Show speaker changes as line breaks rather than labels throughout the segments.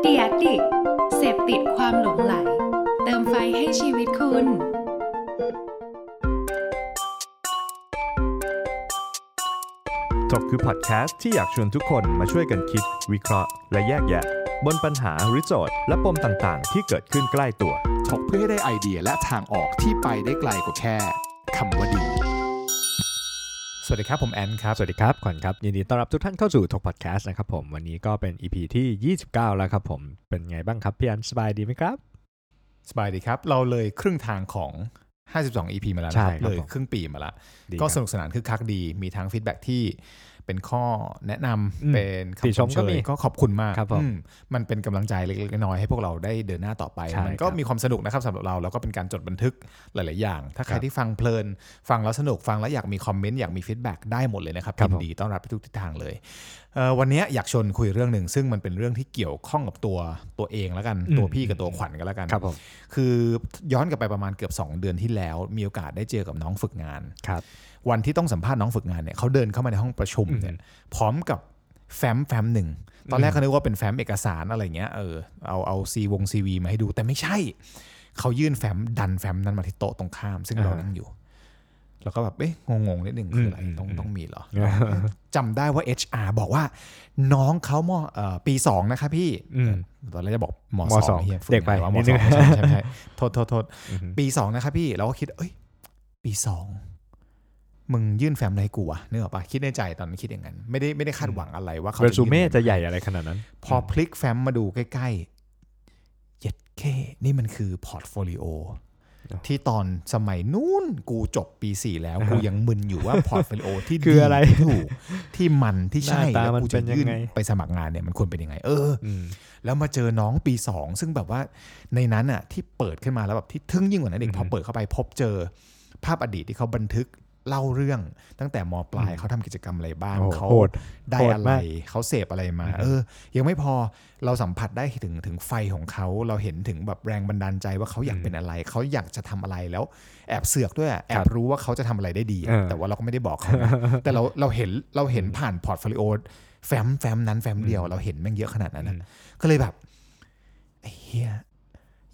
เดียดดิกเสพติดความหลงไหล เติมไฟให้ชีวิตคุณ
ถกคือพอดแคสต์ที่อยากชวนทุกคนมาช่วยกันคิด วิเคราะห์ และแยกแยะ บนปัญหาหรือโจทย์ และปมต่างๆ ที่เกิดขึ้นใกล้ตัว
ถกเพื่อให้ได้ไอเดียและทางออกที่ไปได้ไกลกว่าแค่คำว่าดี
สวัสดีครับ ผมแอนครับ สวัสดีครับขวัญครับ ยินดีต้อนรับทุกท่านเข้าสู่ทกพอดแคสต์นะครับผม วันนี้ก็เป็น EP ที่ 29 แล้วครับผม เป็นไงบ้างครับ พี่แอนสบายดีไหมครับ
สบายดีครับ เราเลยครึ่งทางของ 52 EP มาแล้วนะค
ใช่ครับ
รับเลย
ผม
ครึ่งปีมาละ
ดี
ก็
ค
ส
รับ
นุกสนานคึกคักดี มีทั้งฟีดแบ็กที่เป็นข้อแนะนำ
อืม
เป็นคำ
ติชมก็มี
เยก็ขอบคุณมาก
ครับผม
อืมมันเป็นกำลังใจเล็กๆน้อยๆให้พวกเราได้เดินหน้าต่อไป
ใช่
มันก็
ครับ
มีความสนุกนะครับสำหรับเราแล้วก็เป็นการจดบันทึกหลาย ๆ อย่าง ถ้าใคร
ครับ
ที่ฟังเพลิน ฟังแล้วสนุกฟังแล้วอยากมีคอมเมนต์อยากมีฟีดแบ็กได้หมดเลยนะครับ
ครับ
ยิน
ผม
ดีต้อนรับทุกทิศทางเลยเอ่อวันเนี้ยอยากชวนคุยเรื่องหนึ่งซึ่งมันเป็นเรื่องที่เกี่ยวข้องกับตัวตัวเองแล้วกันตัวพี่กับตัวขวัญกันแล้วกัน
ครับผม
คือย้อนกลับไปประมาณเกือบ 2 เดือนที่แล้ว มีโอกาสได้เจอกับน้องฝึกงาน
ครับ
วันที่ต้องสัมภาษณ์น้องฝึกงานเนี่ยเขาเดินเข้ามาในห้องประชุมเนี่ยพร้อมกับแฟ้มแฟ้มหนึ่ง ตอนแรกเขานึกว่าเป็นแฟ้มเอกสารอะไรเงี้ยเออเอาเอาซีวงซีวีมาให้ดูแต่ไม่ใช่ เขายื่นแฟ้มดันแฟ้มนั้นมาที่โต๊ะตรงข้าม ซึ่งเรา
อ่าฮะ
นั่งอยู่ แล้วก็แบบเอ๊ะงงๆนิดหนึ่งคืออะไร
อืม
ต้องต้องมีเหรอ
อ่าฮะ
จำได้ว่า HR บอกว่า น้องเขามเออปีสองนะคะพี่
อืม
ตอนแรกจะบอกม
ม
ส
ส
อ
อง ง
หี้ยฝึ
เด็กไป
งานว่าม
นิด
ส
นึ
อง งใช่ใช่ใช่โทษโทษโทษ
อือฮึ
ปีสองนะครับพี่เราก็คิด เอ้ย ปีสองมึงยื่นแฟ้มอะไรให้กูวะนึกออกปะคิดในใจตอนนั้นคิดอย่างนั้น ไม่ได้ไม่ได้คาดหวังอะไรว่าเขา
เรซูเม่
ยื่น
จะใหญ่อะไรขนาดนั้น
พอพลิกแฟ้มมาดูใกล้ๆเย็ดเคนี่มันคือพอร์ตโฟลิโอที่ตอนสมัยนู้นกูจบปี 4 แล้ว กูยังมึนอยู่ว่าพอร์ตโฟลิโอที่
คืออะไร
ดีที่ถูกที่มันที่
ห
ใช่
น้าตา
แล้ว
มัน
กู
เป็
จะ
นยัง
ยื่น
ไง
ไปสมัครงานเนี่ยมันควรเป็นยังไงเออ
อืม
แล้วมาเจอน้องปี 2 ซึ่งแบบว่าในนั้นอ่ะที่เปิดขึ้นมาแล้วแบบที่ทึ่งยิ่งกว่านั้นเอ
อื
ง
อฮึ
พอเปิดเข้าไปพบเจอ ภาพอดีตที่เขาบันทึกเล่าเรื่อง ตั้งแต่มปลาย
อืม
เขาทำกิจกรรมอะไรบ้าง
โอ้โห
เขา
โหด
ได้
โหด
อะไร
มาก
เขาเสพอะไรมา
อือฮึ
เออ ยังไม่พอเราสัมผัสได้ถึงถึงไฟของเขาเราเห็นถึงแบบแรงบันดาลใจว่าเขาอยาก
อืม
เป็นอะไร เขาอยากจะทำอะไรแล้วแอบเสือกด้วยอะแอ
ครับ บ
รู้ว่าเขาจะทำอะไรได้ดีอะ
เออ
แต่ว่าเราก็ไม่ได้บอกเขา นะ แต่เราเราเห็นเราเห็นผ่านพอร์ตโฟลิโอแฟ้มแฟ้มนั้นแฟ้มเดียวเราเห็นแม่งเยอะขนาดนั้นนะ
อืม
ก็เลยแบบไอ้เฮีย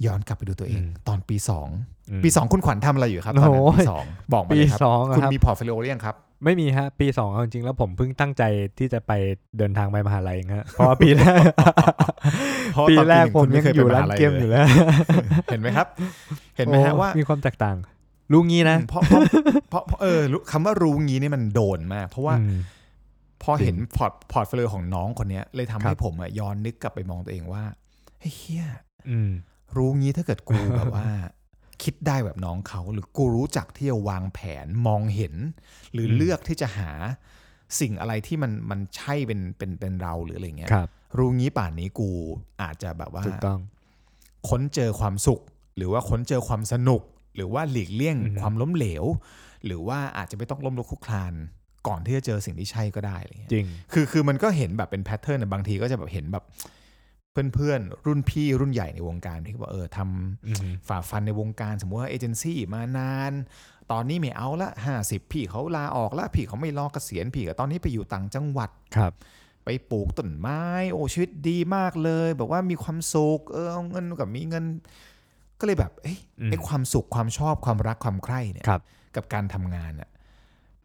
ย้อนกลับไปดูตัวเอง
อืม
ตอนปีสอง
อืม
ปีสองคุณขวัญทำอะไรอยู่ครับตอนนั้น
โอ้ย
ปีสองบอกมาเลยครั
ปีสองอะ
คุณ
ครับ
มีพอร์ตโฟลิโอหรือยังครับ
ไม่มีฮะ ปีสองเอาจริงๆแล้วผมเพิ่งตั้งใจที่จะไปเดินทางไปมหาลัยเองฮะเพราะว่าปีแรก
เพราะว่า
ปี
ตอนปีหนึ่ง
แรกผม
คุณไม่
ยัง
เคย
อ
ไป
ยู่
ม
ร้า
หาน ลัย
เกม
เลย
อยู่แล้ว
เห็นไหมครับ เห็นไหมฮะ
โอ้
ว่า
ความแตกต่างรู้งี้นะ
เพราะเพราะเพราะเพราะเออรู้คำว่ารู้งี้เนี่ยมันโดนมากเพราะว่า
อืม
พอเห็นพอร์ตพอร์ตโฟลิโอของน้องคนเนี้ยเลย
ค
ทำ
รั
ให้
บ
ผมอะย้อนนึกกลับไปมองตัวเองว่าไอ้เฮีย
อืม
รู้งี้ถ้าเกิดกูแบบว่า คิดได้แบบน้องเขาหรือกูรู้จักที่จะวางแผนมองเห็น หรือ
ม
อเลือกที่จะหาสิ่งอะไรที่มันมันใช่เป็นเป็นเป็นเราหรืออะไรเงี้ย
ครับ
รู้งี้ป่านนี้กูอาจจะแบบว่า
ถูกต้อง
ค้นเจอความสุข หรือว่าค้นเจอความสนุก หรือว่าหลีกเลี่ยง
อืม
ความล้มเหลว หรือว่าอาจจะไม่ต้องล้มลุกคลุกคลาน ก่อนที่จะเจอสิ่งที่ใช่ก็ได้อะไรเงี้ย
จริง
คือคือมันก็เห็นแบบเป็นแพทเทิร์นอะบางทีก็จะแบบเห็นแบบเพื่อนๆ รุ่นพี่รุ่นใหญ่ในวงการที่บอกเออท
อือฮึ
ำฝ่าฟันในวงการสมมติว่าเอเจนซี่มานาน ตอนนี้ไม่เอาละห้าสิบพี่เขาลาออกละพี่เขาไม่รอเกษียณพี่ก็ตอนนี้ไปอยู่ต่างจังหวัด
ครับ
ไปปลูกต้นไม้ โอ้ชีวิตดีมากเลย แบบว่ามีความสุขเออเอาเงินกับมีเงิน ก็เลยแบบเอ้ย
อืม
ไอความสุขความชอบความรักความใคร่เนี่ย
ครับ
กับการทำงานอะ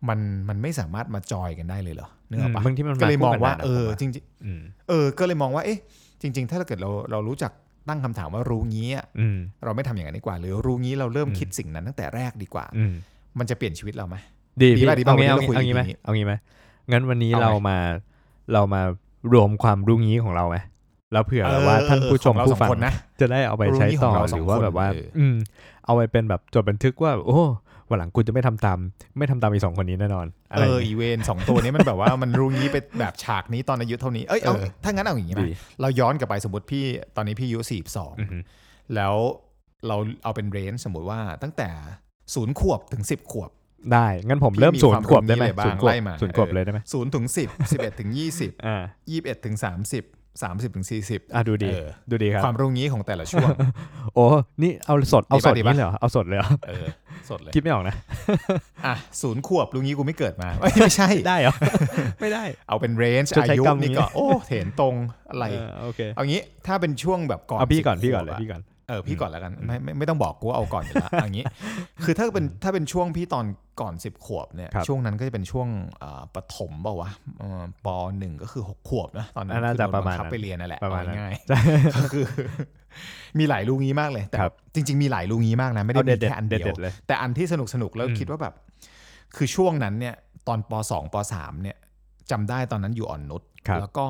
มันมันไม่สามารถมาจอยกันได้เลยเหรอเนื้
อื
อ
ม
ปะ
บางทีมันมา
ก็เลยมอง
คู่กัน
ว่า
ได้นะ
เออ
ผมว่า
จริงๆ
อืม
เออ ก็เลยมองว่า เอ๊ะ จริง ๆ ถ้าเกิดเรา เรารู้จักตั้งคำถามว่ารู้งี้อะ
อืม
เราไม่ทำอย่างนั้นดีกว่า หรือรู้งี้เราเริ่ม
อืม
คิดสิ่งนั้นตั้งแต่แรกดีกว่า
อืม
มันจะเปลี่ยนชีวิตเราไหม
ดี
ดี
พี่
ป่ะดีป่ะ
เอางี้
วั
เอา
นนี้
งี้เอางี้
เรา
ไหม
คุย
เอางี้ไหมงั้นวันนี้เรามาเรามารวมความรู้งี้ของเราไหมแล้วเผื่อแบบว่าท่านผู้ชม
เออ
ผู้
เออของเราสอ
ฟัง
คนนะ
จะได้เอาไปใช้ต่อ
รู้งี้ของเรา
ห
สอง
รือว่าแบบว่า
คนเออ
อื
อื
ม เอาไปเป็นแบบจดบันทึกว่า โอ้วันหลังกูจะไม่ทำตาม ไม่ทำตามอีสองคนนี้แน่นอนอะไร
เอ
อย่าง
อ
งี้
อีเวนสองตัวนี้มันแบบว่า มันรู้งี้ไปแบบฉากนี้ตอนอายุเท่านี้ เอ้ย เอา
เออ
ถ้างั้นเอาอย่างงี้ไหม
ดี
เราย้อนกลับไปสมมติพี่ ตอนนี้พี่อายุสี่สอง
ม
แล้วเราเอาเป็นเรนจ์สมมติว่าตั้งแต่ศูนย์ขวบถึงสิบขวบ
ได้ งั้นผมเริ่ม
พี่มี
ศูนย์ขวบได้ไหม
ความ
ศูนย์ข
รู้
วบ
ไล่มา
ศูนย์ขวบเลยได้ไหม
ศูนย์ถึงสิบสิบเอ็ดถึงยี่สิบ
อ่า
ยี่สิบเอ็ดถึงสามสิบสามสิบถึงสี่สิบ
อ่ะดูดี
เออ
ดูดีครับ
ความรู้งี้ของแต่ละช่วง
โอ้ นี่เอาสดเอาสด
ดีป่ะดีป่ะ
นี่เหรอเอาสดเลยเหรอ
เออ สดเลย
คิดไม่ออกนะ
อ่ะศูนย์ขวบลุงนี้กูไม่เกิดมา ไม่ ใช่
ได้เหรอ ไม่ได้
เอาเป็นเรนจ์
ชด
อา
ใช้
ยุ
กรรม
นี่ก็โอ้เห็นตรงอะไร
เออโอเค
เอางี้ถ้าเป็นช่วงแบบก่อน
เอาพี่ก่อน
10
พี่ก่อนเลย
ขวบะ
พี่ก่อน
เออพี่ก่อนแล้วกันไม่ไม่ไม่ต้องบอกกูว่าเอาก่อนอยู่ ละเอย่างนี้ คือถ้าเป็นถ้าเป็นช่วงพี่ตอนก่อน 10 ขวบเนี่ย
ครับ
ช่วงนั้นก็จะเป็นช่วงเอ่อปฐมเปล่าวะเอ่อปหนึ่งก็คือ 6 ขวบนะตอนนั้
อัน
น
น่า
คือ
จะ
โดน
ประมาณ
บังคับ
นั้น
ไปเรียนนั่นแหละ
ประมาณนั้น
เอง่ายๆก็คือ มีหลายลูกงี้มากเลย แต่
ครับ
จริง ๆ มีหลายลูกงี้มากนะไม่ได้
เอา
มี
เด็ดเด็ด
แค่อัน
เด็
เดี
ด
ยว
เด็ดเลย
แต่อันที่สนุกสนุกๆแล้ว
อืม
คิดว่าแบบ คือช่วงนั้นเนี่ยตอนป .2 ป .3 เนี่ยจำได้ตอนนั้นอยู่อ่อนนุช
ครับ
แล้วก็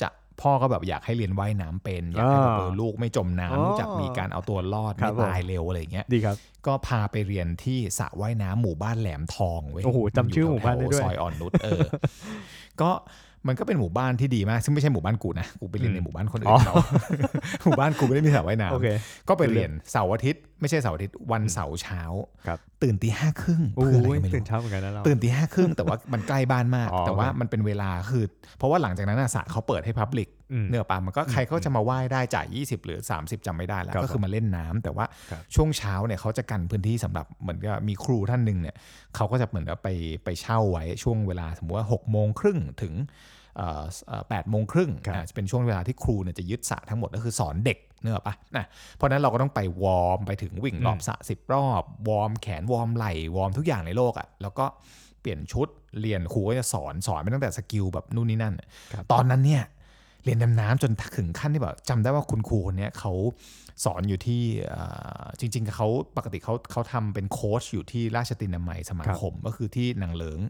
จะพ่อก็แบบอยากให้เรียนว่ายน้ำเป็น อยากให้แบบเออลูกไม่จม
อ๋อ
น้ำรู้จักมีการเอาตัวรอด
ครั
ไม่
บผม
ตายเร็วอะไรอย่างเงี้ย
ดีครับ
ก็พาไปเรียนที่สระว่ายน้ำหมู่บ้านแหลมทองเว้ย
โอ้โหจำชื่อหมู่บ้านได้ด้วย
อแถๆซอยอ่อนนุชเออ ก็มันก็เป็นหมู่บ้านที่ดีมาก ซึ่งไม่ใช่หมู่บ้านกูนะกูไปเรียน
อื
ใน
ม
หมู่บ้านคน
อ๋
อื่
อ
นเขาหมู่บ้านกูไม่ได้มีสระว่ายน้ำ
โอเค
ก็ไปเรียนเสาร์อาทิตย์ไม่ใช่เสาร์อาทิตย์วันเสาร์เช้า
ครับ
ตื่นตีห้าครึ่ง
โอ้
เพื่ออะไร
ย
ก็ไม่
ตื่น
รู้
เช้าเหมือนกันนะเรา
ตื่นตีห้าครึ่งแต่ว่ามันใกล้บ้านมาก
อ๋อ
แต่ว่า
โอเค
มันเป็นเวลาคือ เพราะว่าหลังจากนั้นน่ะสระเขาเปิดให้พับลิก
ม
เนื้อปลามันก็ใครเขาจะมาว่ายได้จ่าย 20 หรือ 30จำไม่ได้แล้ว
ครับ
ก็คือมาเล่นน้ำแต่ว่า
ครับ
ช่วงเช้าเนี่ยเขาจะกันพื้นที่สำหรับเหมือนกับมีครูท่านหนึ่งเนี่ยเขาก็จะเหมือนกับไปไปเช่าไว้ช่วงเวลาสมมติว่า6กโมงครึ่งถึงเอ่อเอ่อแปดโมงครึ่งอ่าจะเป็นช่วงเวลาที่ครูเนี่ยจะยึดสระทั้งหมดก็คือสอนเด็กเนื้ออกปะนะ เพราะฉะนั้นเราก็ต้องไปวอร์มไปถึงวิ่งรอบสระสิบรอบ วอร์มแขน วอร์มไหล่วอร์มทุกอย่างในโลกอะ่ะแล้วก็เปลี่ยนชุดเรียนครูก็จะสอนสอนไปตั้งแต่สกิลแบบนู่นนี่นั่น
ครับ
ตอนนั้นเนี่ยเรียนดำน้ำจนถึงขั้นที่แบบจำได้ว่าคุณครูคนเนี้ยเขาสอนอยู่ที่เอ่อจริงๆเขาปกติเขาเขาทำเป็นโค้ชอยู่ที่ราชตินามัยสมาคมก็คือที่นางเหลิง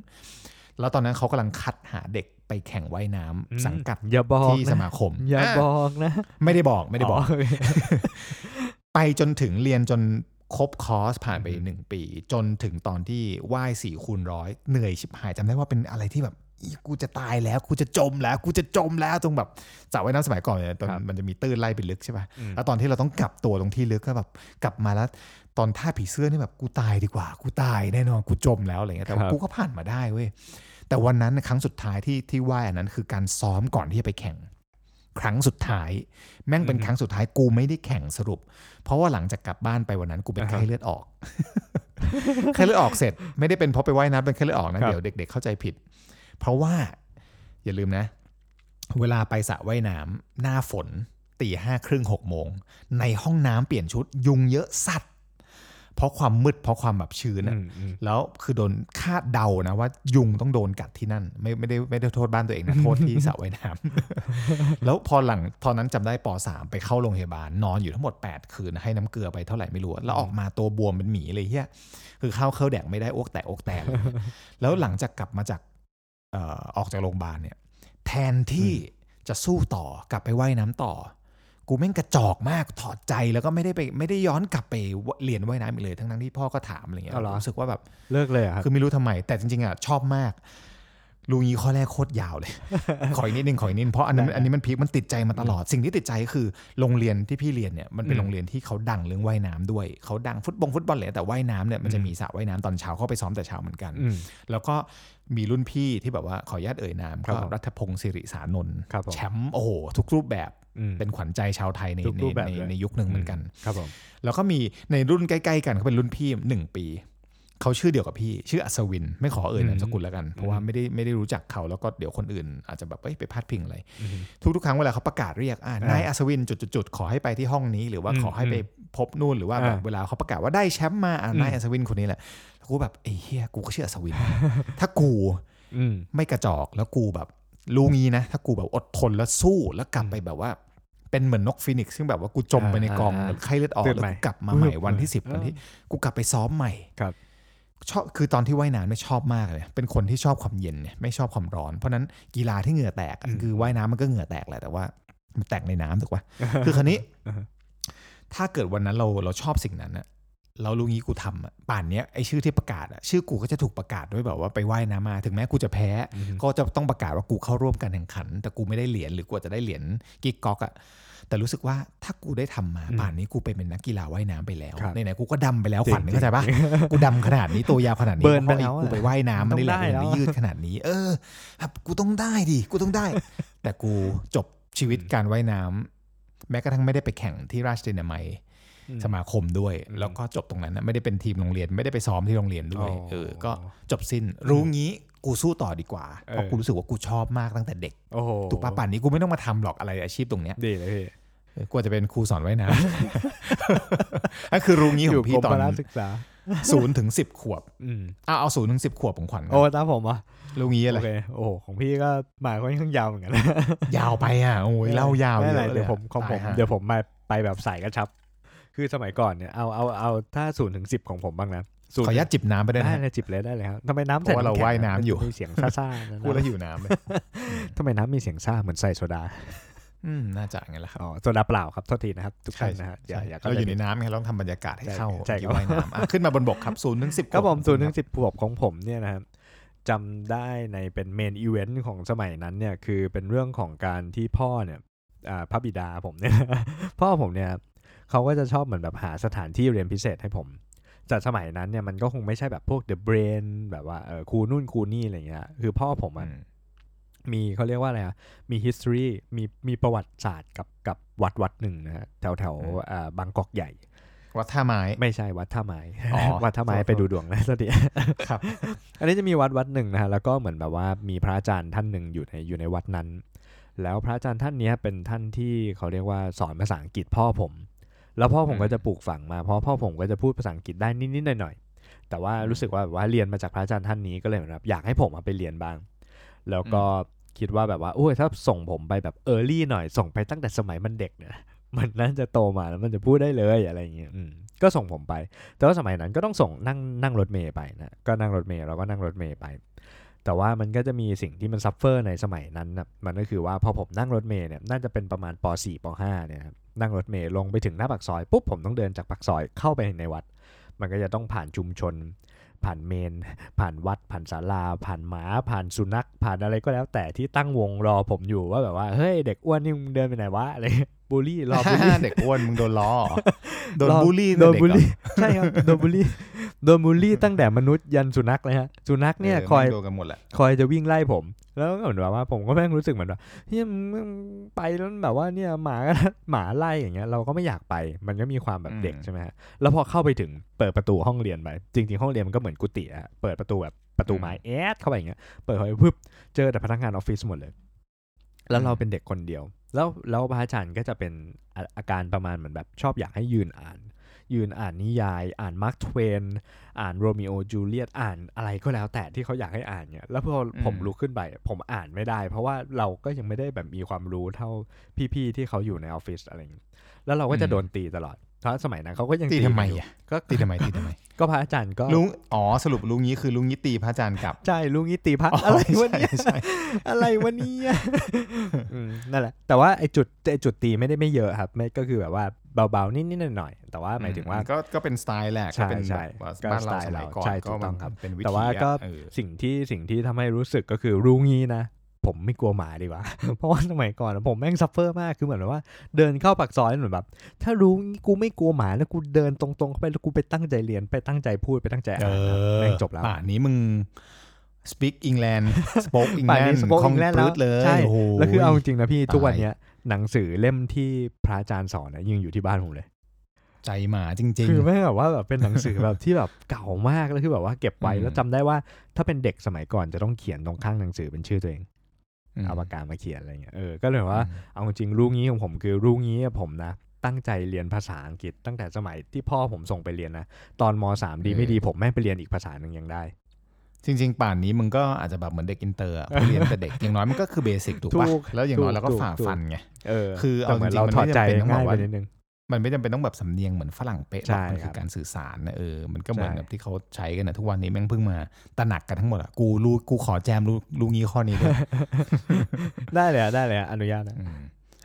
แล้วตอนนั้นเขากำลังคัดหาเด็กไปแข่งว่ายน้
อืม
ำสังกัด
อย่าบอก
ที่
นะ
สมาคม
อย่า
ะ
บอกนะ
ไม่ได้บอกไม่ได้บอก
โเค
ไปจนถึงเรียนจนครบคอร์สผ่านไปหนึ่งปี จนถึงตอนที่ว่ายสี่คูณร้อยเหนื่อยชิบหายจำได้ว่าเป็นอะไรที่แบบอีกูจะตายแล้วกูจะจมแล้วกูจะจมแล้วตรงแบบสระว่ายน้ำสมัยก่อนเนี่ยตอน
ครับ
มันจะมีตื้นไล่ไปลึกใช่ป่ะ
อืม
แล้วตอนที่เราต้องกลับตัวตรงที่ลึกก็แบบกลับมาแล้ว ตอนท่าผีเสื้อนี่แบบกูตายดีกว่า กูตายแน่นอนกูจมแล้วอะไรเงี้ยแต่ว่ากูก็ผ่านมาได้เว้ยแต่วันนั้นครั้งสุดท้ายที่ที่ว่ายอันนั้นคือการซ้อมก่อนที่จะไปแข่ง ครั้งสุดท้าย แม่งเป็นครั้งสุดท้ายกูไม่ได้แข่งสรุป เพราะว่าหลังจากกลับบ้านไปวันนั้นกูเป็น
อ่าฮะ
ไข้เลือดออก ไข้เลือดออกเสร็จ ไม่ได้เป็นเพราะไปว่ายน้ำเป็นไข้เลือดออกนะครับ เดี๋ยวเด็ก ๆ เข้าใจผิด เพราะว่าอย่าลืมนะ เวลาไปสระว่ายน้ำหน้าฝนตีห้าครึ่งหกโมง ในห้องน้ำเปลี่ยนชุดยุงเยอะสัตว์ เพราะความมืดเพราะความแบบชื้น
อื
อะ
มอืม
แล้วคือโดนคาดเดานะว่ายุงต้องโดนกัดที่นั่น ไม่ไม่ได้ไม่ได้โทษบ้านตัวเองนะ โทษที่สระว่ายน้ำ แล้วพอหลังตอนนั้นจำได้ป .3 ไปเข้าโรงพยาบาล นอนอยู่ทั้งหมด 8 คืน ให้น้ำเกลือไปเท่าไหร่ไม่รู้ แล้วออกมาตัวบวมเป็นหมีเลยเฮียคือเข้าเข้าแดกไม่ได้อ้วกแตกอ้วกแตกเลย เนี่ยแล้วหลังจากกลับมาจากเอ่อออกจากโรงพยาบาลเนี่ย แทนที่จะสู้ต่อกลับไปว่ายน้ำต่อ กูแม่งกระจอกมากถอดใจแล้วก็ไม่ได้ไปไม่ได้ย้อนกลับไปเรียนว่ายน้ำอีกเลยทั้งนั้นที่พ่อก็ถามอะไรเงี้ย
เอาเหรอ
รู้สึกว่าแบบ
เลิกเลยเหรอครับ
คือไม่รู้ทำไม แต่จริงๆอ่ะชอบมากลุงยีข้อแรกโคตรยาว เลย ขออีกนิดนึงขออีกนิดนึงเพราะอันนั้น
ได้ได้
อันนี้มันพีคมันติดใจมาตลอด สิ่งที่ติดใจก็คือโรงเรียนที่พี่เรียนเนี่ยมันเป็
อื
น
ม
โรงเรียนที่เขาดังเรื่องว่ายน้ำด้วยเขาดังฟุตบงฟุตบอลเลยแต่ว่ายน้ำเนี่ยมันจะ
อืม
มีสระว่ายน้ำตอนเช้าเข้าไปซ้อมแต่เช้าเหมือนกัน
อืม
แล้วก็มีรุ่นพี่ที่แบบว่าขออนุญาตเอ่ยนาม
ครั
ก็
บผม
รัฐพงศ์สิริสานนท์
ครับผม
แชมป์โอ้โหทุกรูปแบบ
อืม
เป็นขวัญใจชาวไทยใน
ทุก
ใน
รูปแบบ
ใน
เลย
ในยุคหนึ่งเหมือนกัน
ครับผม
แล้วก็มีในรุ่นใกล้ๆกันเขาเป็นรุ่นพี่หนึ่งปี เขาชื่อเดียวกับพี่ ชื่ออัศวิน ไม่ขอเอ่ยนามสกุลแล้วกัน เพราะว่าไม่ได้ไม่ได้รู้จักเขาแล้วก็เดี๋ยวคนอื่นอาจจะแบบเอ้ยไปพาดพิงอะไร
อืม
ทุกๆครั้งเวลาเขาประกาศเรียกอ่ะนายอัศวินจุดๆๆขอให้ไปที่ห้องนี้หรือว่า
อืม
ขอให้ไปพบนู่นหรือว่าแบบ
อ่า
เวลาเขาประกาศว่าได้แชมป์มาอ่ะนายอัศวินคนนี้แหละแล้วกูแบบไอ้เฮียกูก็ชื่ออัศวิน ถ้ากู
อืม
ไม่กระจอกแล้วกูแบบรู้งี้นะ ถ้ากูแบบอดทนแล้วสู้แล้วกลับไปแบบว่า เป็นเหมือนนกฟินิกซ์ซึ่งแบบว่ากูจมไปในกอง
อ่า
เหมือนไข้เลือดออก
ตื่
แล้
น
ว
ใหม่
กูกลับมาใหม่
ปึ๊บ
วันที่
เออ
สิบวันที่กูกลับไปซ้อมใหม่
ครับ
ชอบคือตอนที่ว่ายน้ำไม่ยชอบมากเลย เป็นคนที่ชอบความเย็นเนี่ยไม่ชอบความร้อน เพราะฉะนั้นกีฬาที่เหงื่อแตกอะ
อืม
คือว่ายน้ำมันก็เหงื่อแตกแหละแต่ว่ามันแตกในน้ำถูกปะ คือคันนี้ ถ้าเกิดวันนั้นเราเราชอบสิ่งนั้นอะเรารู้งี้กูทำอะป่านเนี้ยไอชื่อที่ประกาศอะชื่อกูก็จะถูกประกาศด้วยแบบว่าไปว่ายน้ำมา ถึงแม้กูจะแพ้
อืม
ก็จะต้องประกาศว่ากูเข้าร่วมการแข่งขัน แต่กูไม่ได้เหรียญหรือกูอาจจะได้เหรียญกิ๊กก๊อกอะแต่รู้สึกว่าถ้ากูได้ทำมา
อืม
ป่านนี้กูไปเป็นนักกีฬาว่ายน้ำไปแล้ว
ครับ
ไหนๆกูก็ดำไปแล้ว
จริง
ขวัญเข้าใจปะกูดำขนาดนี้ตัวยาวขนาดนี้
เบิร์นไป
พราะ
แล้วอะ
กูไปว่ายน้ำมันนี่แหละ
ต้องได้
ถึง
แล้ว
ได้
อะ
ยืดขนาดนี้ เออแบบกูต้องได้ดิกูต้องได้ แต่กูจบชีวิตการว่ายน้ำ แม้กระทั่งไม่ได้ไปแข่งที่ราชดินามัย สมาคมด้วย แล้วก็จบตรงนั้นนะไม่ได้เป็นทีมโรงเรียน ไม่ได้ไปซ้อมที่โรงเรียนด้วย
อ๋อ
เออก็จบสิ้น รู้งี้กูสู้ต่อดีกว่าเพราะ
เออ
กูรู้สึกว่ากูชอบมากตั้งแต่เด็ก
โอ้โห
ถูกปะป่านนี้กูไม่ต้องมาทำหรอกอะไรอาชีพตรงเนี้ย
ดีเลยพี่
เออกลัวจะเป็นครูสอนว่าย น้ำ นั่นคือรู้งี้ของพี่
กรม
ตอ
พ
น
ละศึกษา
ศูนย์ถึงสิบขวบ
อืม
เอาเอาศูนย์ถึงสิบขวบของขวัญก่
โอ้
อน
ตามผมเหรอ่ะ
รู้งี้อะไร
โอเคโอ้โหของพี่ก็หมายค่อนข้างยาวเหมือนกันนะ
ยาวไปอ่ะโอ้ยเล่ายาว
ไม่
เย
เป็นไร
อะเล
เดี๋ย
ยว
ผมของผม
ตายฮะ
เดี๋ยวผมมาไปแบบสายกระชับ คือสมัยก่อนเนี่ยเอาเอาเอาถ้าศูนย์ถึงสิบของผมบ้างนะ
ข
ศูน
อ
ย์
อนุญาตจิบน้ำไปได้วย
ได้
นะ
เลยจิบเลยได้เลยครับทำไมน้ำ
เพราะว่าเรา
ใส่ำแข็ง
ว่ายน้ำอยู่
มีเสียงซ่าๆนะ
พูดแล้วหิวน้ำเลย
ทำไมน้ำมีเสียงซ่าเหมือนใส่โซดา
อืมน่าจะงั้นแหละครับ
อ๋อโซดาเปล่าครับโทษทีนะครับทุกท่านนะฮะอย่า
ใช่
อย่าเข้า
เรา
ใจ
อยู่
ผิ
ใน
ด
น้ำไงเราต้องทำบรรยากาศให้เข้า
ใช่ครับ
ที่ว่ายน้ำอ่ะขึ้นมาบนบกครับศูนย์ถึงสิบ
ครับผมศูนย์ถึงสิบขวบของผมเนี่ยนะครับจำได้ในเป็นเมนอีเวนต์ของสมัยนั้นเนี่ยคือเป็นเรื่องของการที่พ่อเนี่ยอ่าพระบิดาผมเนี่ย พ่อผมเนี่ยเขาก็จะชอบเหมือนแบบหาสถานที่เรียนพิเศษให้ผมแต่สมัยนั้นเนี่ยมันก็คงไม่ใช่แบบพวก The Brain แบบว่าเออครูนู่นครูนี่อะไรเงี้ยคือพ่อผม
อื
อะ
ม
มีเขาเรียกว่าอะไรอะมี history มีมีประวัติศาสตร์กับกับวัดวัดหนึ่งนะฮะแถวแถวๆอ่าบางกอกใหญ่
วัดท่าไม้
ไม่ใช่วัดท่าไม้
อ๋อ
วัดท่าไม้
โทษ
ไปดูดวงนะส วัสดี
ครับ
อันนี้จะมีวัดวัดหนึ่งนะฮะแล้วก็เหมือนแบบว่ามีพระอาจารย์ท่านหนึ่งอยู่ในอยู่ในวัดนั้น แล้วพระอาจารย์ท่านเนี้ยเป็นท่านที่เขาเรียกว่าสอนภาษาอังกฤษพ่อผม แล้วพ่อผมก็จะปลูกฝังมาเพราะพ่อผมก็จะพูดภาษาอังกฤษได้นิดๆหน่อยๆแต่ว่ารู้สึกว่าแบบว่าเรียนมาจากพระอาจารย์ท่านนี้ก็เลยเหมือนแบบอยากให้ผมมาไปเรียนบ้าง แล้วก็คิดว่าแบบว่าโอ้ยถ้าส่งผมไปแบบเออร์ลี่หน่อยส่งไปตั้งแต่สมัยมันเด็กเนี่ย มันน่าจะโตมาแล้วมันจะพูดได้เลยอะไรอย่างเงี้ยอืมก็ส่งผมไป แต่ว่าสมัยนั้นก็ต้องส่งนั่งนั่งรถเมย์ไปนะ ก็นั่งรถเมย์เราก็นั่งรถเมย์ไป แต่ว่ามันก็จะมีสิ่งที่มันซัฟเฟอร์ในสมัยนั้นนะมันก็คือว่าพอผมนั่งรถเมย์เนี่ยน่าจะเป็นประมาณป .4 ป .5 เนี่ยครับนั่งรถเมย์ลงไปถึงหน้าปากซอยปุ๊บผมต้องเดินจากปากซอยเข้าไปในวัด มันก็จะต้องผ่านชุมชน ผ่านเมน ผ่านวัด ผ่านศาลา ผ่านหมา ผ่านสุนัข ผ่านอะไรก็แล้วแต่ที่ตั้งวงรอผมอยู่ว่าแบบว่าเฮ้ยเด็กอ้วนนี่มึงเดินไปไหนวะอะไรเงี้ยบูลลี่รอบูล ลี่
เด็กอ้วนมึงโดนล้อเหรอโดน
รอบ
บูลลี่
โด
ตั้
น
งแต่เก
บูล
เหรอ
ลี่ใช่ ครับโดนบูลลี่โดนบูลลี่ตั้งแต่มนุษย์ยันสุนัขเลยฮะสุนัขเนี่ยคอย
แม่งโดนกันหมดแหละ
คอยจะวิ่งไล่ผม แล้วก็เหมือนแบบว่าผมก็แม่งรู้สึกเหมือนว่าเฮ้ยมึงไปแล้วแบบว่าเนี่ยหมา หมาไล่อย่างเงี้ยเราก็ไม่อยากไปมันก็มีความแบบเด็กใช่ไหมฮะแล้วพอเข้าไปถึงเปิดประตูห้องเรียนไปจริงๆห้องเรียนมันก็เหมือนกุฏิอะเปิดประตูแบบประตูไม้แอดเข้าไปอย่างเงี้ยเปิดเข้าไปปุ๊บเจอแต่พนักงานออฟฟิศหมดเลย แล้วเรา
อืม
เป็นเด็กคนเดียว แล้วแล้วพระอาจารย์ก็จะเป็นอาอาการประมาณเหมือนแบบชอบอยากให้ยืนอ่าน ยืนอ่านนิยาย อ่านมาร์กทเวนอ่านโรมิโอจูเลียตอ่านอะไรก็แล้วแต่ที่เขาอยากให้อ่านเนี่ยแล้วพอผม
อืม
ลุกขึ้นไปผมอ่านไม่ได้ เพราะว่าเราก็ยังไม่ได้แบบมีความรู้เท่าพี่ๆที่เขาอยู่ในออฟฟิศอะไรอย่างงี้แล้วเราก็จะโดนตีตลอดเพราะสมัยนั้นเขาก็ยัง
ตี
กัน
ทำไม
อยู่
อ่ะ
ก็
ตีทำไมตี ทำไม
ก็พระอาจารย์ก็
ลุงอ๋อสรุปลุงงี้คือลุงงี้ตีพระอาจารย์กลับ
ใช่ลุงนิติพัฒน์อะไรวะเนี่ย
ใช่ใช่
อะไรวะเนี่ยอืมนั่นแหละ แต่ว่าไอ้จุดไอ้จุดตีไม่ได้ไม่เยอะครับ ไม่ก็คือแบบว่าเบาๆนิดๆหน่อยๆแต่ว่าหมายถึงว่า
ก็ก็เป็นสไตล์แหละ
ใช่
ก็เป็น
ใช่
แบบว่าบ้า
ก็ส
นเราส
ไตล์
มั
เรา
ยก่อน
ใช่ถู
ก็
กต้อง
มัน
ครับ
เป็นวิธี
แต่ว่าก็
อะเออ
สิ่งที่สิ่งที่ทำให้รู้สึกก็คือรู้งี้นะ ผมไม่กลัวหมาดีกว่า เพราะว่าสมัยก่อนอะผมแม่งซัฟเฟอร์มากคือเหมือนแบบว่าเดินเข้าปากซอยเหมือนแบบ ถ้ารู้งี้กูไม่กลัวหมาแล้วกูเดินตรงๆเข้าไปแล้วกูไปตั้งใจเรียนไปตั้งใจพูดไปตั้งใจ
เอ
อ่านนะ
อ
แม่งจบแล้ว
ป่านนี้มึง speak England spoke
ป่าน
England
นี้สปอค
ค
อ
อง ง
แลนด์
พ
แล้
ลื
ว
ดเลย
ใช่
โโห
แล้วคือเอาจริงนะพี่
ตาย
ทุกวันเนี้ยหนังสือเล่มที่พระอาจารย์สอนนะยังอยู่ที่บ้านผมเลย
ใจหมาจริง
คือแม่งแบบว่าแบบเป็นหนังสือ แบบที่แบบเก่ามากแล้วคือแบบว่าเก็บไว้
อืม
แล้วจำได้ว่าถ้าเป็นเด็กสมัยก่อนจะต้องเขียนตรงข้างหนังสือเป็นชื่อตัวเอง
ๆม
เอาปากกามาเขียนอะไรเงี้ยเออก็เลยแบบว่าเอาจริงรู้งี้ของผมคือรู้งี้ผมนะ ตั้งใจเรียนภาษาอังกฤษตั้งแต่สมัยที่พ่อผมส่งไปเรียนนะตอนมสามดีไม่ดีผมแม่งไปเรียนอีกภาษาหนึ่งยังได้
จริง ๆ ป่านนี้มึงก็อาจจะแบบเหมือนเด็กอินเตอร์อะพอเรียนแต่เด็กอย่างน้อยมันก็คือเบสิกถูกป่ะ
ถูก
แล้วอย่างน้อยเราก็
ถูก
ฝ่า
ถูก
ฟันไง
เออ
คือเอา
แต่เหมือน
จ
เรา
ริงๆมัน
ถอด
ไม่
ใจ
จำเป็นต้องบอก
ง่ายไป
ว่า
นิดนึง
มันไม่จำเป็นต้องแบบสำเนียงเหมือนฝรั่งเป๊ะหร
ใช่
อกมัน
ครั
คื
บ
อการสื่อสารนะเออมันก็
ใช่
เหมือนกับที่เขาใช้กันนะทุกวันนี้แม่งเพิ่งมาตระหนักกันทั้งหมดอะกูรู้กูขอแจมรู้รู้งี้ข้อนี้ด้วย
ได้เลยอะได้เลยอะอนุญาตนะ
อืม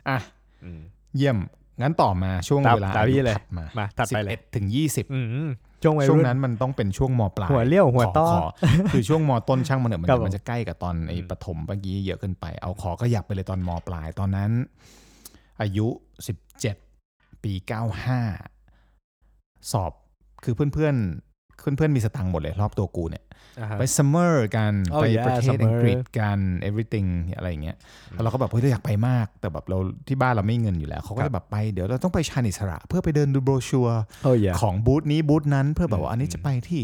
อ่ะ
อืม
เยี่ยมงั้นต่อมาช่วง
ตาม
เวลา
ตามพี่เลย
ถัดมา
มาถัดไปเลย
11ถึงยี่สิบ
อืมช่วงวัย
ช่วง
รุ่น
นั้นมันต้องเป็นช่วงมปลาย
หัวเลี้ยวหัว
ข
ต้อ
ขคือช่วงมต้นช่างมันเถอะมัน
ครับผม
มันจะใกล้กับตอนไอ้
อืม
ปฐมเมื่อกี้เยอะเกินไป เอาขอก็หยับไปเลยตอนมปลาย ตอนนั้น อายุ 17 ปี 95 สอบคือเพื่อนๆ เพื่อนๆมีสตังค์หมดเลยรอบตัวกูเนี่ย
อ่าฮะ
ไปซัมเมอร์กัน
Oh
ไป
yeah,
ประเทศ
summer
อังกฤษกัน everything อะไรอย่างเงี้ยแล้วเราก็แบบเฮ้ยเราอยากไปมาก แต่แบบเราที่บ้านเราไม่มีเงินอยู่แล้วเขาก็จะแบบไปเดี๋ยวเราต้องไปชาญอิสระ เพื่อไปเดินดูโบรชัวร์
โอ้ยอ่ะ
ของบูธนี้บูธนั้นเพื่อแบบว่าอันนี้จะไปที่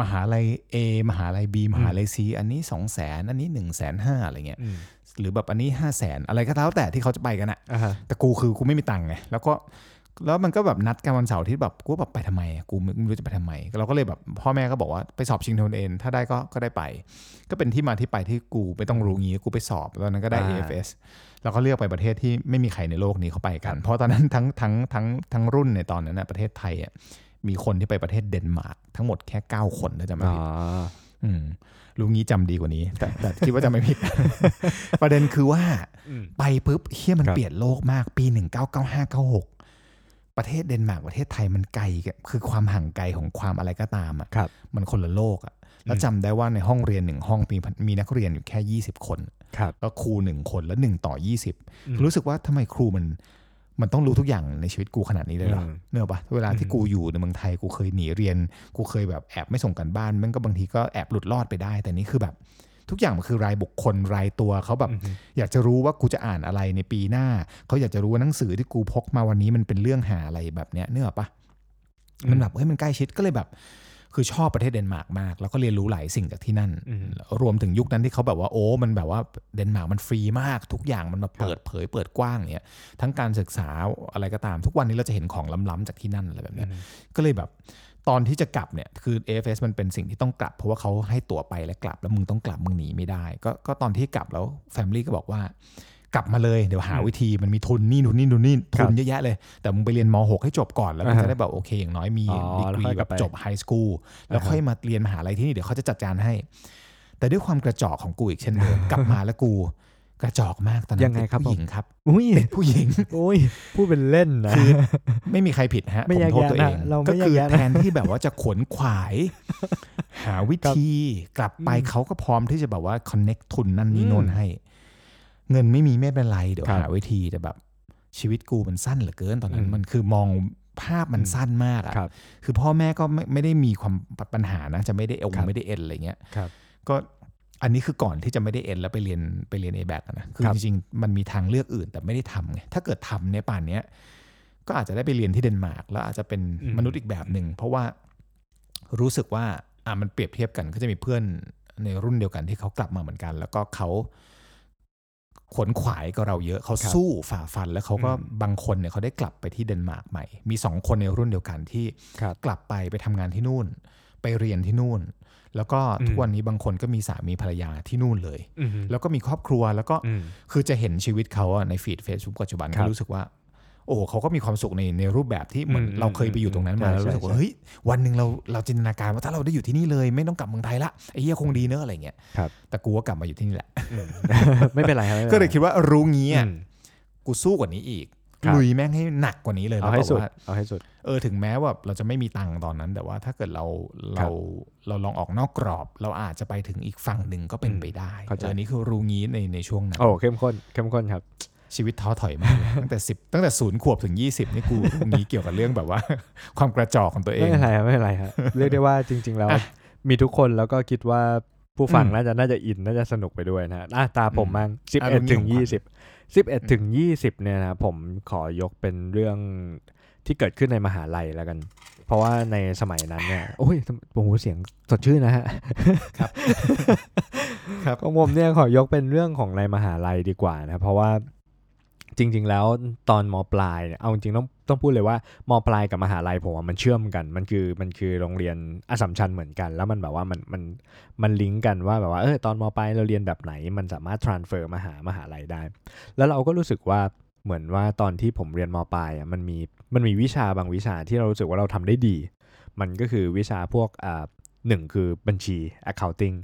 มหาลัย A มหาลัย B มหาลัย C อันนี้ 2 0 0แสนอันนี้1นึ่งแสนห้าอะไรเงี้ย
อืม
หรือแบบอันนี้ 5 0 0แสนอะไรก็แล้วแต่ที่เขาจะไปกันอะ
อ่าฮะ
แต่กูคือกูไม่มีตังค์ไงแล้วก็แล้วมันก็แบบนัดกันวันเสาร์อาที่แบบกูแบบไปทำไมอะกูไม่รู้จะไปทำไม เราก็เลยแบบพ่อแม่ก็บอกว่าไปสอบชิงทุนเองถ้าได้ก็ก็ได้ไป ก็เป็นที่มาที่ไปที่กูไม่ต้องรู้งี้กูไปสอบตอนนั้นก็ได้
อ่า
AFS แล้วก็เลือกไปประเทศที่ไม่มีใครในโลกนี้เขาไปกัน เพราะตอนนั้นทั้งทั้งทั้งทั้งรุ่นในตอนนั้นนะประเทศไทยอ่ะมีคนที่ไปประเทศเดนมาร์กทั้งหมดแค่ 9 คนถ้าจำไม่
อ๋อ
ผิดอืมรู้งี้จำดีกว่านี้ แต่แต่คิดว่าจะไม่ผิด ประเด็นคือว่า
อืม
ไปปุ๊บเฮียมัน
ครับ
เปลี่ยนโลกมากปี 1995-96 ประเทศเดนมาร์กประเทศไทยมันไกลกับคือความห่างไกลของความอะไรก็ตามอ่ะ
ครับ
มันคนละโลกอะ่ะ แล้วจำได้ว่าในห้องเรียนหนึ่งห้องมีมีนักเรียนอยู่แค่ 20 คน
ครับ
แล้วครูหนึ่งคนแล้วหนึ่งต่อ
อืม
20 รู้สึกว่าทำไมครูมัน มันต้องรู้ทุกอย่างในชีวิตกูขนาดนี้เลยเหรอ
อืม
เนกอะปะเวลาที่กูอยู่ในเมืองไทยกูเคยหนีเรียน กูเคยแบบแอบไม่ส่งกันบ้านมันก็บางทีก็แอบหลุดรอดไปได้ แต่นี่คือแบบ ทุกอย่างมันคือรายบุคคลรายตัวเขาแบบ
อือฮึ
อยากจะรู้ว่ากูจะอ่านอะไรในปีหน้าเขาอยากจะรู้ว่าหนังสือที่กูพกมาวันนี้มันเป็นเรื่องหาอะไรแบบเนี้ยเนกอะปะ มันแบบเฮ้ยมันใกล้ชิดก็เลยแบบ คือชอบประเทศเดนมาร์กมาก แล้วก็เรียนรู้หลายสิ่งจากที่นั่น
อืม
รวมถึงยุคนั้นที่เขาแบบว่าโอ้ มันแบบว่าเดนมาร์กมันฟรีมาก ทุกอย่างมันมาเปิดเผยเปิดกว้างเนี่ยทั้งการศึกษาอะไรก็ตามทุกวันนี้เราจะเห็นของล้ำๆจากที่นั่นอะไรแบบเนี้ย
อืม
ก็เลยแบบตอนที่จะกลับเนี่ยคือ AFS มันเป็นสิ่งที่ต้องกลับ เพราะว่าเขาให้ตั๋วไปและกลับ แล้วมึงต้องกลับมึงหนีไม่ได้ก็ก็ตอนที่กลับแล้วแฟมิลี่ก็บอกว่า กลับมาเลยเดี๋ยวหาวิธีมันมีทุนนี่ทุนนี่ทุนนี่
ครั
ทุ
บ
นเยอะแยะเลย แต่มึงไปเรียนม .6 ให้จบก่อนแล้วมึง
อ่าฮะ
จะได้แบบโอเคอย่างน้อยมี
อ๋
ดี
อก แล้ว
รี
ค่อยก
แบ
ลั
บบ
ไป
จบไฮสคูลแล้วค่อยมาเรียนมหาลัยที่นี่ เดี๋ยวเขาจะจัดการให้ แต่ด้วยความกระจอกของกูอีกเช่นเดิม กลับมาแล้วกู กระจอกมากตอนนั้น
ยังไงครับ
เป็นผู้หญิงครับ
อุ้ย
เป็นผู้หญิง
โอ้ยพูดเป็นเล่นนะ
คือไม่มีใครผิดฮะ
ไม่
ผม
แยก
โทษ
แยะ
ตัวเอง
นะเราไม่
ก็คือ
แยกแยะนะ
แทนที่แบบว่าจะขวนขวาย หาวิธีกลับไปเขาก็พร้อมที่จะแบบว่า connect ทุนนั่นนี่โน่นให้ เงินไม่มีไม่เป็นไร เดี๋ยว
ครับ
หาวิธีแต่แบบ ชีวิตกูมันสั้นเหลือเกินตอนนั้
อืม
นมันคือมองภาพมัน
อืม
สั้นมากอะ
ครับ
คือพ่อแม่ก็ไม่ไม่ได้มีความปัญหานะ จะไม่ได้เอว
ครับ
ไม่ได้เอ็นอะไรเงี้ย
ครับ
ก็อันนี้คือก่อนที่จะไม่ได้เอ็นแล้วไปเรียนไปเรียนเอแบกนะคือ
ครับ
จริงๆมันมีทางเลือกอื่นแต่ไม่ได้ทำไงถ้าเกิดทำเนี่ยป่านเนี้ย ก็อาจจะได้ไปเรียนที่เดนมาร์กแล้วอาจจะเป็น
อืม
มนุษย์อีกแบบหนึ่ง เพราะว่ารู้สึกว่าอ่ะมันเปรียบเทียบกันก็จะมีเพื่อนในรุ่นเดียวกันที่เขากลับมาเหมือนกัน แล้วก็เขาขวนขวายกับเราเยอะเขา
ครับ
สู้ฝ่าฟัน แล้วเขาก็
อืม
บางคนเนี่ยเขาได้กลับไปที่เดนมาร์กใหม่ มีสองคนในรุ่นเดียวกันที่
ครับ
กลับไปไปทำงานที่นู่น ไปเรียนที่นู่น แล้วก็ทุก
อืม
วันนี้บางคนก็มีสามีภรรยาที่นู่นเลย
อืม
แล้วก็มีครอบครัวแล้วก็
อืม
คือจะเห็นชีวิตเขาอะในฟีดเฟซบุ๊กปัจจุบัน
ครั
ก็
บ
รู้สึกว่า โอ้โหเขาก็มีความสุขในในรูปแบบที่เหมือน
อืม
เราเคยไปอยู่ตรงนั้นมา
ใช่
แล้วรู้สึก
ใช่
ว่าเฮ้ยวันหนึ่งเราเราจินตนาการว่าถ้าเราได้อยู่ที่นี่เลยไม่ต้องกลับเมืองไทยละไอ้เหี้ยคงดีเนอะอะไรเงี้ย
ครับ
แต่กูก็กลับมาอยู่ที่นี่แหละ
ไม่เป็นไรครับไม่ป็นไร
ก็เลยคิดว่ารู้งี้อะ
อืม
กูสู้กว่านี้อีก
ครับ
ลุยแม่งให้หนักกว่านี้เลย
เอา
แล้ว
ให้
แบ
สุ
บ
ด
ว่า
เอาให้สุด
เออถึงแม้ว่าเราจะไม่มีตังค์ตอนนั้น แต่ว่าถ้าเกิดเราเราเราลองออกนอกกรอบ เราอาจจะไปถึงอีกฝั่งหนึ่งก็เป็นไปได้
เข้าใจ
เออนี่คือรู้งี้ในในช่วงนั้น
โอ้เข้มข้นเข้มข้นครับ
ชีวิตท้อถอยมาก เลย ตั้งแต่สิบตั้งแต่ศูนย์ขวบถึง 20 นี่กู มีเกี่ยวกับเรื่องแบบว่า ความกระจอกของตัวเอ
ไม่
ง
เป็นไรครับไม่เป็นไรครับ เรียกได้ว่าจริง ๆ แล้ว
อ่ะ
มีทุกคนแล้วก็คิดว่าผู้ฟัง
อืม
น่าจะน่าจะอินน่าจะสนุกไปด้วยนะฮะอ่ะตาผม
อืม
มั่งสิบ
อ่ะ
เอ็ด
เรื่
ถึ
อง
ง
นี้
ยี่
ของขวั
สิ
ญ
บสิบเอ็ดถึงยี่สิบเนี่ยนะครับผมขอยกเป็นเรื่องที่เกิดขึ้นในมหาลัยแล้วกัน เพราะว่าในสมัยนั้นเนี่ยโอ้ยโอ้โหเสียงสดชื่นนะฮะ
ครับ
ของผมเนี่ยขอยกเป็นเรื่องของในมหาลัยดีกว่านะ เพราะว่าจริง ๆ แล้วตอนมปลายเนี่ยเอาจริงๆต้องต้องพูดเลยว่ามปลายกับมหาลัยผมว่ามันเชื่อมกัน มันคือมันคือโรงเรียนอสสัมชัญเหมือนกัน แล้วมันแบบว่ามันมันมันลิงก์กันว่าแบบว่าเออตอนมปลายเราเรียนแบบไหน มันสามารถ transfer มาหามหาลัยได้ แล้วเราก็รู้สึกว่าเหมือนว่าตอนที่ผมเรียนมปลายอ่ะมันมีมันมีวิชาบางวิชาที่เรารู้สึกว่าเราทำได้ดี มันก็คือวิชาพวกอ่าหนึ่งคือบัญชี accounting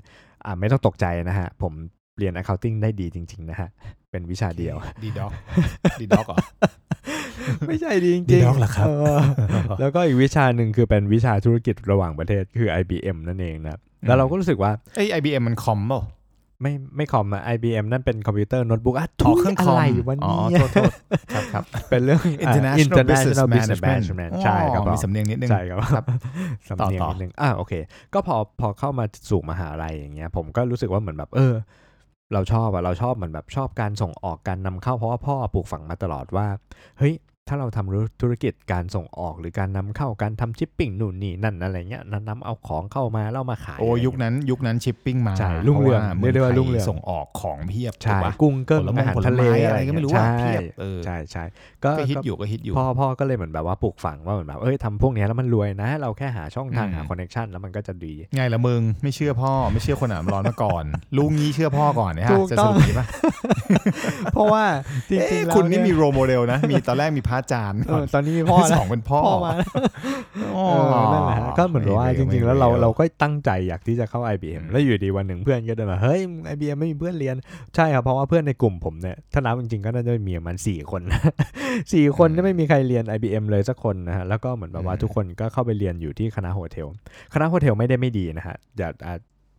อ่าไม่ต้องตกใจนะฮะ ผมเรียน accounting ได้ดีจริง ๆ นะฮะ เป็นวิชาเดียว
ดีด็อกดีด็อกเหรอ
ไม่ใช่ดีจริง
ดีด็อกเหรอครับ
เอแล้วก็อีกวิชาหนึ่งคือเป็นวิชาธุรกิจระหว่างประเทศคือ IBM นั่นเองนะแล้วเราก็รู้สึกว่า
ไอไอบีเอ็มมันคอมเปล่า
ไม่ไม่คอมอะ IBM นั่นเป็นคอมพิวเตอร์โน้ตบุ๊กอ่ะ
อ๋อเครื่องคอม
ะไรวัน
อ๋อ
นี้
โทษโทษครับครับ
เป็นเรื่องอ่ะ
international, business
International Business
management
Management ใช่ครับ
อ๋
ผ
อ
ม
มีสำเนียงนิดนึง
ใช่ครับ
ครับ
สำเนียง
ต่อต่อ
นิดนึงอ่าโอเค ก็พอพอเข้ามาสู่มหาลัยอย่างเงี้ย ผมก็รู้สึกว่าเหมือนแบบ เออ เราชอบอะเราชอบเหมือนแบบชอบการส่งออกการนำเข้าเพราะว่าพ่อปลูกฝังมาตลอดว่า เฮ้ย ถ้าเราทำธุรกิจการส่งออกหรือการนำเข้าการทำชิปปิ้งนู่นนี่นั่นอะไรเงี้ยนำเอาของเข้ามาแล้วมาขา
โอ้
ยะไรเงี้
ยุคนั้นยุคนั้นชิปปิ้งมา
ใช่รุ่งเรือง
พาะว่ามื
เรียกได้ว่า
ไท
รุ่งเรือง
ส่งออกของเพียบถู
ใช่
กปะ
กุ้งเกิ้ง
ผลไม้
อาหารทะเล
ผลไม้อะไร
เงี้
ก็ไม่รู้
ใช่
อะเพียบเออ
ใช่ใช่ก็
ก็ฮิต
ก็
อยู่ก็ฮิตอยู่
พ่อพ่อก็เลยเหมือนแบบว่าปลูกฝังว่าเหมือนแบบเอ้ยทำพวกเนี้ยแล้วมันรวยนะ เราแค่หาช่องทาง
อืม
หาคอนเน t ชันแล้วมันก็จะดี
ไงละมึงไม่เชื่อพ่อไม่เชื่อคนอาบร้อนมาก่อน ลุงงี้เชื่อพ่อก่อนเนะ
ถู
ฮะ
ก
จะ
ต้
ส
อง
รุปนี้ปะ
เพราะว่าจริ
เอ๊ะ
งๆแล้ว
คุณนี่มี
เย
โรโมเดลนะ มีตอนแรกมีพระอาจารย์
เออตอนนี้มี
พ่
พ่
อ
อ
ส
แล้ว
องเป็นพ่อ
พ่อมาแล้ว
อ๋อ
เออนั่นแหละฮะก็เหมือนแบบว่าจริง ๆ แล้วเราเราก็ตั้งใจอยากที่จะเข้า IBM แล้วอยู่ดีวันหนึ่งเพื่อนก็เดินมาเฮ้ย IBM ไม่มีเพื่อนเรียนใช่ครับเพราะว่าเพื่อนในกลุ่มผมเนี่ยถ้านับจริงๆก็น่าจะมีประมาณสี่คน นะ สี่คนเนี่ยไม่มีใครเรียน IBM เลยสักคนนะฮะแล้วก็เหมือนแบบว่าทุกคนก็เข้าไปเรียนอยู่ที่คณะโฮเทล คณะโฮเทลไม่ได้ไม่ดีนะฮะอย่าอ่า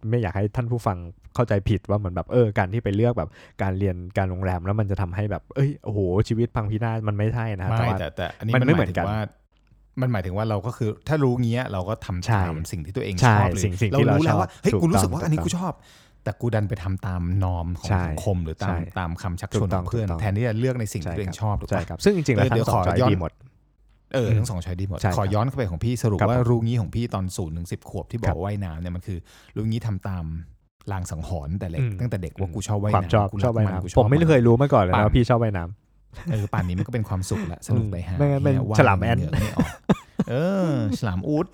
ไม่อยากให้ท่านผู้ฟังเข้าใจผิดว่าเหมือนแบบเออการที่ไปเลือกแบบการเรียนการโรงแรมแล้วมันจะทำให้แบบเอ้ยโอ้โหชีวิตพังพินาศมันไม่ใช่นะฮะ
ไม่
ว่า
แต่แต่อันนี้
มั
มัน น
ไม่
ไม่
เห
เห
มือ
มือน น
กั
กันนว่า มันหมายถึงว่าเราก็คือถ้ารู้งี้เราก็ทำ
ใช่
ตามสิ่งที่ตัวเอง
ใช่
ชอบเลย
สิ่งสิ่ง
เรา
ที่เรา
รู้แล้
ช
ว
อบ
ว่าเฮ้ย
ถูก
กูรู้
ต้อง
สึกว่าอันนี้
ถูกต้
กู
อง
ชอบ แต่กูดันไปทำตามนอมของ
ใช่
สังคมหรือตาม
ใช่
ตามคำชัก
ถู
ช
ก
วน
ต้
ข
อง
องเพื่อน
ถูกต้อง
แทนที่จะเลือกในสิ่งที่ตัวเองชอบถูก
ใช่
ปะ
ครับซึ่งจริงๆแล้ว
เดี๋ยว
ทั้งสอง
ข
จ
อ
อย
ย้อน
ดีหมด
เออ
อืม
ทั้งสองช้อยดีหมด
ใช่ครับ
ขอย้อนเข้าไปของพี่สรุป
ครับ
ว่ารู้งี้ของพี่ตอนศูนย์ถึงสิบขวบที่
ค
บอ
รับ
กว่าว่ายน้ำเนี่ยมันคือรู้งี้ทำตามลางสังหรณ์แต่เล็
อื
ก
ม
ตั้งแต่เด็กว่ากูชอบว่าย
ความ
น้ำ
ชอบ
กู
ช
รั
อกบว่าย
มันกูช
น้ำ
อ
ผ
บ
มไม่เคย
น
รู้มาก่อนเลยนะ
ปั่น
ว่าพี่ชอบว่ายน้ำ
เออป่านนี้มันก็เป็นความสุขละสนุกไปหา
ไม่งั้นเป็น
หี้ยว่าย
ฉลามแอน
เหงื่ไม่ออกเออ ฉลามอูด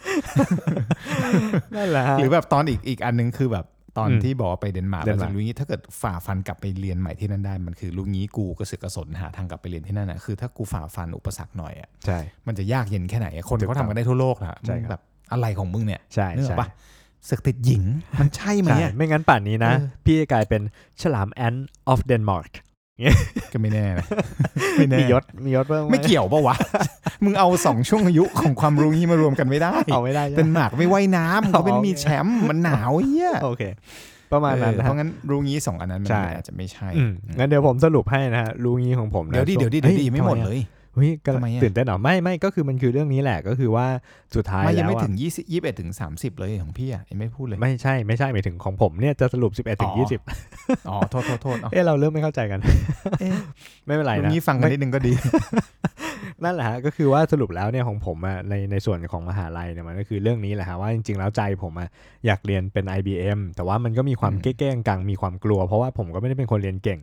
นั่นแหละฮะ
หรือแบบตอนอีกอีกอันหนึงคือแบบตอน
อืม
ที่บอกว่าไปเดนมาร์ก
เด
แล้
น
ว
มาร์
จะ
ก
รู้งี้ถ้าเกิดฝ่าฟันกลับไปเรียนใหม่ที่นั่นได้มันคือรู้งี้กูกระเสือกกระสนหาทางกลับไปเรียนที่นั่นนะคือถ้ากูฝ่าฟันอุปสรรคหน่อยอ่ะ
ใช่
มันจะยากเย็นแค่ไหนอะคน
ถูกต้อง
เขาทำกันได้ทั่วโลกนะ
ใช่
มึง
ครับ
แบบอะไรของมึงเนี่ย
ใช่
เนื้
ใช่
อปะเสือกติดหญิง มันใช่ไหม
ใช่
อะ
ไม่งั้นป่านนี้นะ
เออ
พี่จะกลายเป็นฉลามแอน of Denmark
ก็ไม่แน่นะ ไม่แน่
มียศมียศเพิ่มห
ไม่เกี่ยวปะวะ มึงเอาสองช่วงอายุของความรู้งี้มารวมกันไม่ได้
เอาไม่ได้ใช่ไหม
เดนมาร์กไม่ว่ายน้ำเขาเป็น
เอา
มีแชมป์มันหนาวเฮีย
โอเค ประมาณนั้น
เออ
นะฮะ
เพราะงั้นรู้งี้สองอันนั้นมัน
ใช่
อาจจะไม่ใช่
อืมงั้นเดี๋ยวผมสรุปให้นะฮะรู้งี้ของผมนะ
เดี๋ยวดิ
ช่ง
เดี๋ยวดิ
อ้
เดี๋ยวดิยังไม่หมด
ทำ
เลย
เฮ้ยก็
ทำไมอะ
ตื่นเต้นเหรอไม่ไม่ก็คือมันคือเรื่องนี้แหละก็คือว่าสุดท้าย
ไม่ยั
แล้ว
งไม่
อะ
ถึงยี่สิบยี่สิบเอ็ดถึงสามสิบเลยของพี่อ่ะยังไม่พูดเลย
ไม่ใช่ไม่ใช่หมายถึงของผมเนี่ยจะสรุป 11ถึง
อ๋อ
20
อ๋อโทษโทษโทษเอา
เอ้เราเริ่มไม่เข้าใจกัน
เอ๊ะ
ไม่เป็นไร
ตร
นะ
งนี้ฟังกันนิดนึงก็ดี
นั่นแหละฮะก็คือว่าสรุปแล้วเนี่ยของผมอะในในส่วนของมหาลัยเนี่ยมันก็คือเรื่องนี้แหละฮะว่าจริงๆแล้วใจผมอะอยากเรียนเป็น IBM แต่ว่ามันก็มีความ
อืม
เก้งๆกังมีความกลัว เพราะว่าผมก็ไม่ได้เป็นคนเรียนเก่ง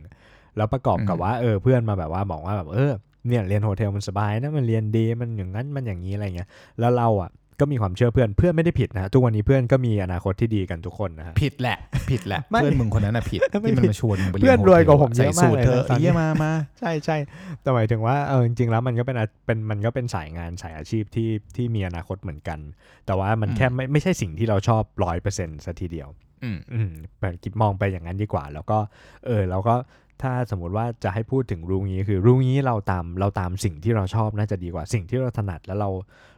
แล้วประกอบกับ
อืม
ว่าเออเพื่อนมาแบบว่าบอกว่าแบบเออเนี่ยเรียนโฮเทลมันสบายนะมันเรียนดีมันอย่างนั้นมันอย่างนี้อะไรเงี้ยแล้วเราอะก็มีความเชื่อเพื่อนเพื่อนไม่ได้ผิดนะฮะทุกวันนี้เพื่อนก็มีอนาคตที่ดีกันทุกคนนะฮะ
ผิดแหละ ผิดแหละ
ไม่
เพื่อนมึงคนนั้นน่ะผิด
ไม่
ที่มัน
ผิด
มาชวนมึงไป
เพื่
เรีย
อน
น
รวยกว่าผม
ใส่
เยอะมาก
สูตร
เลย
เธอ
นะตอนนี้
เยี่ยมามา
ใช่ใช่แต่หมายถึงว่าเออจริงๆแล้วมันก็เป็นอาเป็นมันก็เป็นสายงานสายอาชีพที่ที่มีอนาคตเหมือนกัน แต่ว่ามัน
อืม
แค่ไม่ไม่ใช่สิ่งที่เราชอบร้อยเปอร์เซ็นต์ซะทีเดียว
อืม
อืมแต่คิดมองไปอย่างนั้นดีกว่า แล้วก็เออเราก็ถ้าสมมติว่าจะให้พูดถึงรู้งี้คือรู้งี้เราตามเราตามสิ่งที่เราชอบน่าจะดีกว่าสิ่งที่เราถนัดแล้วเรา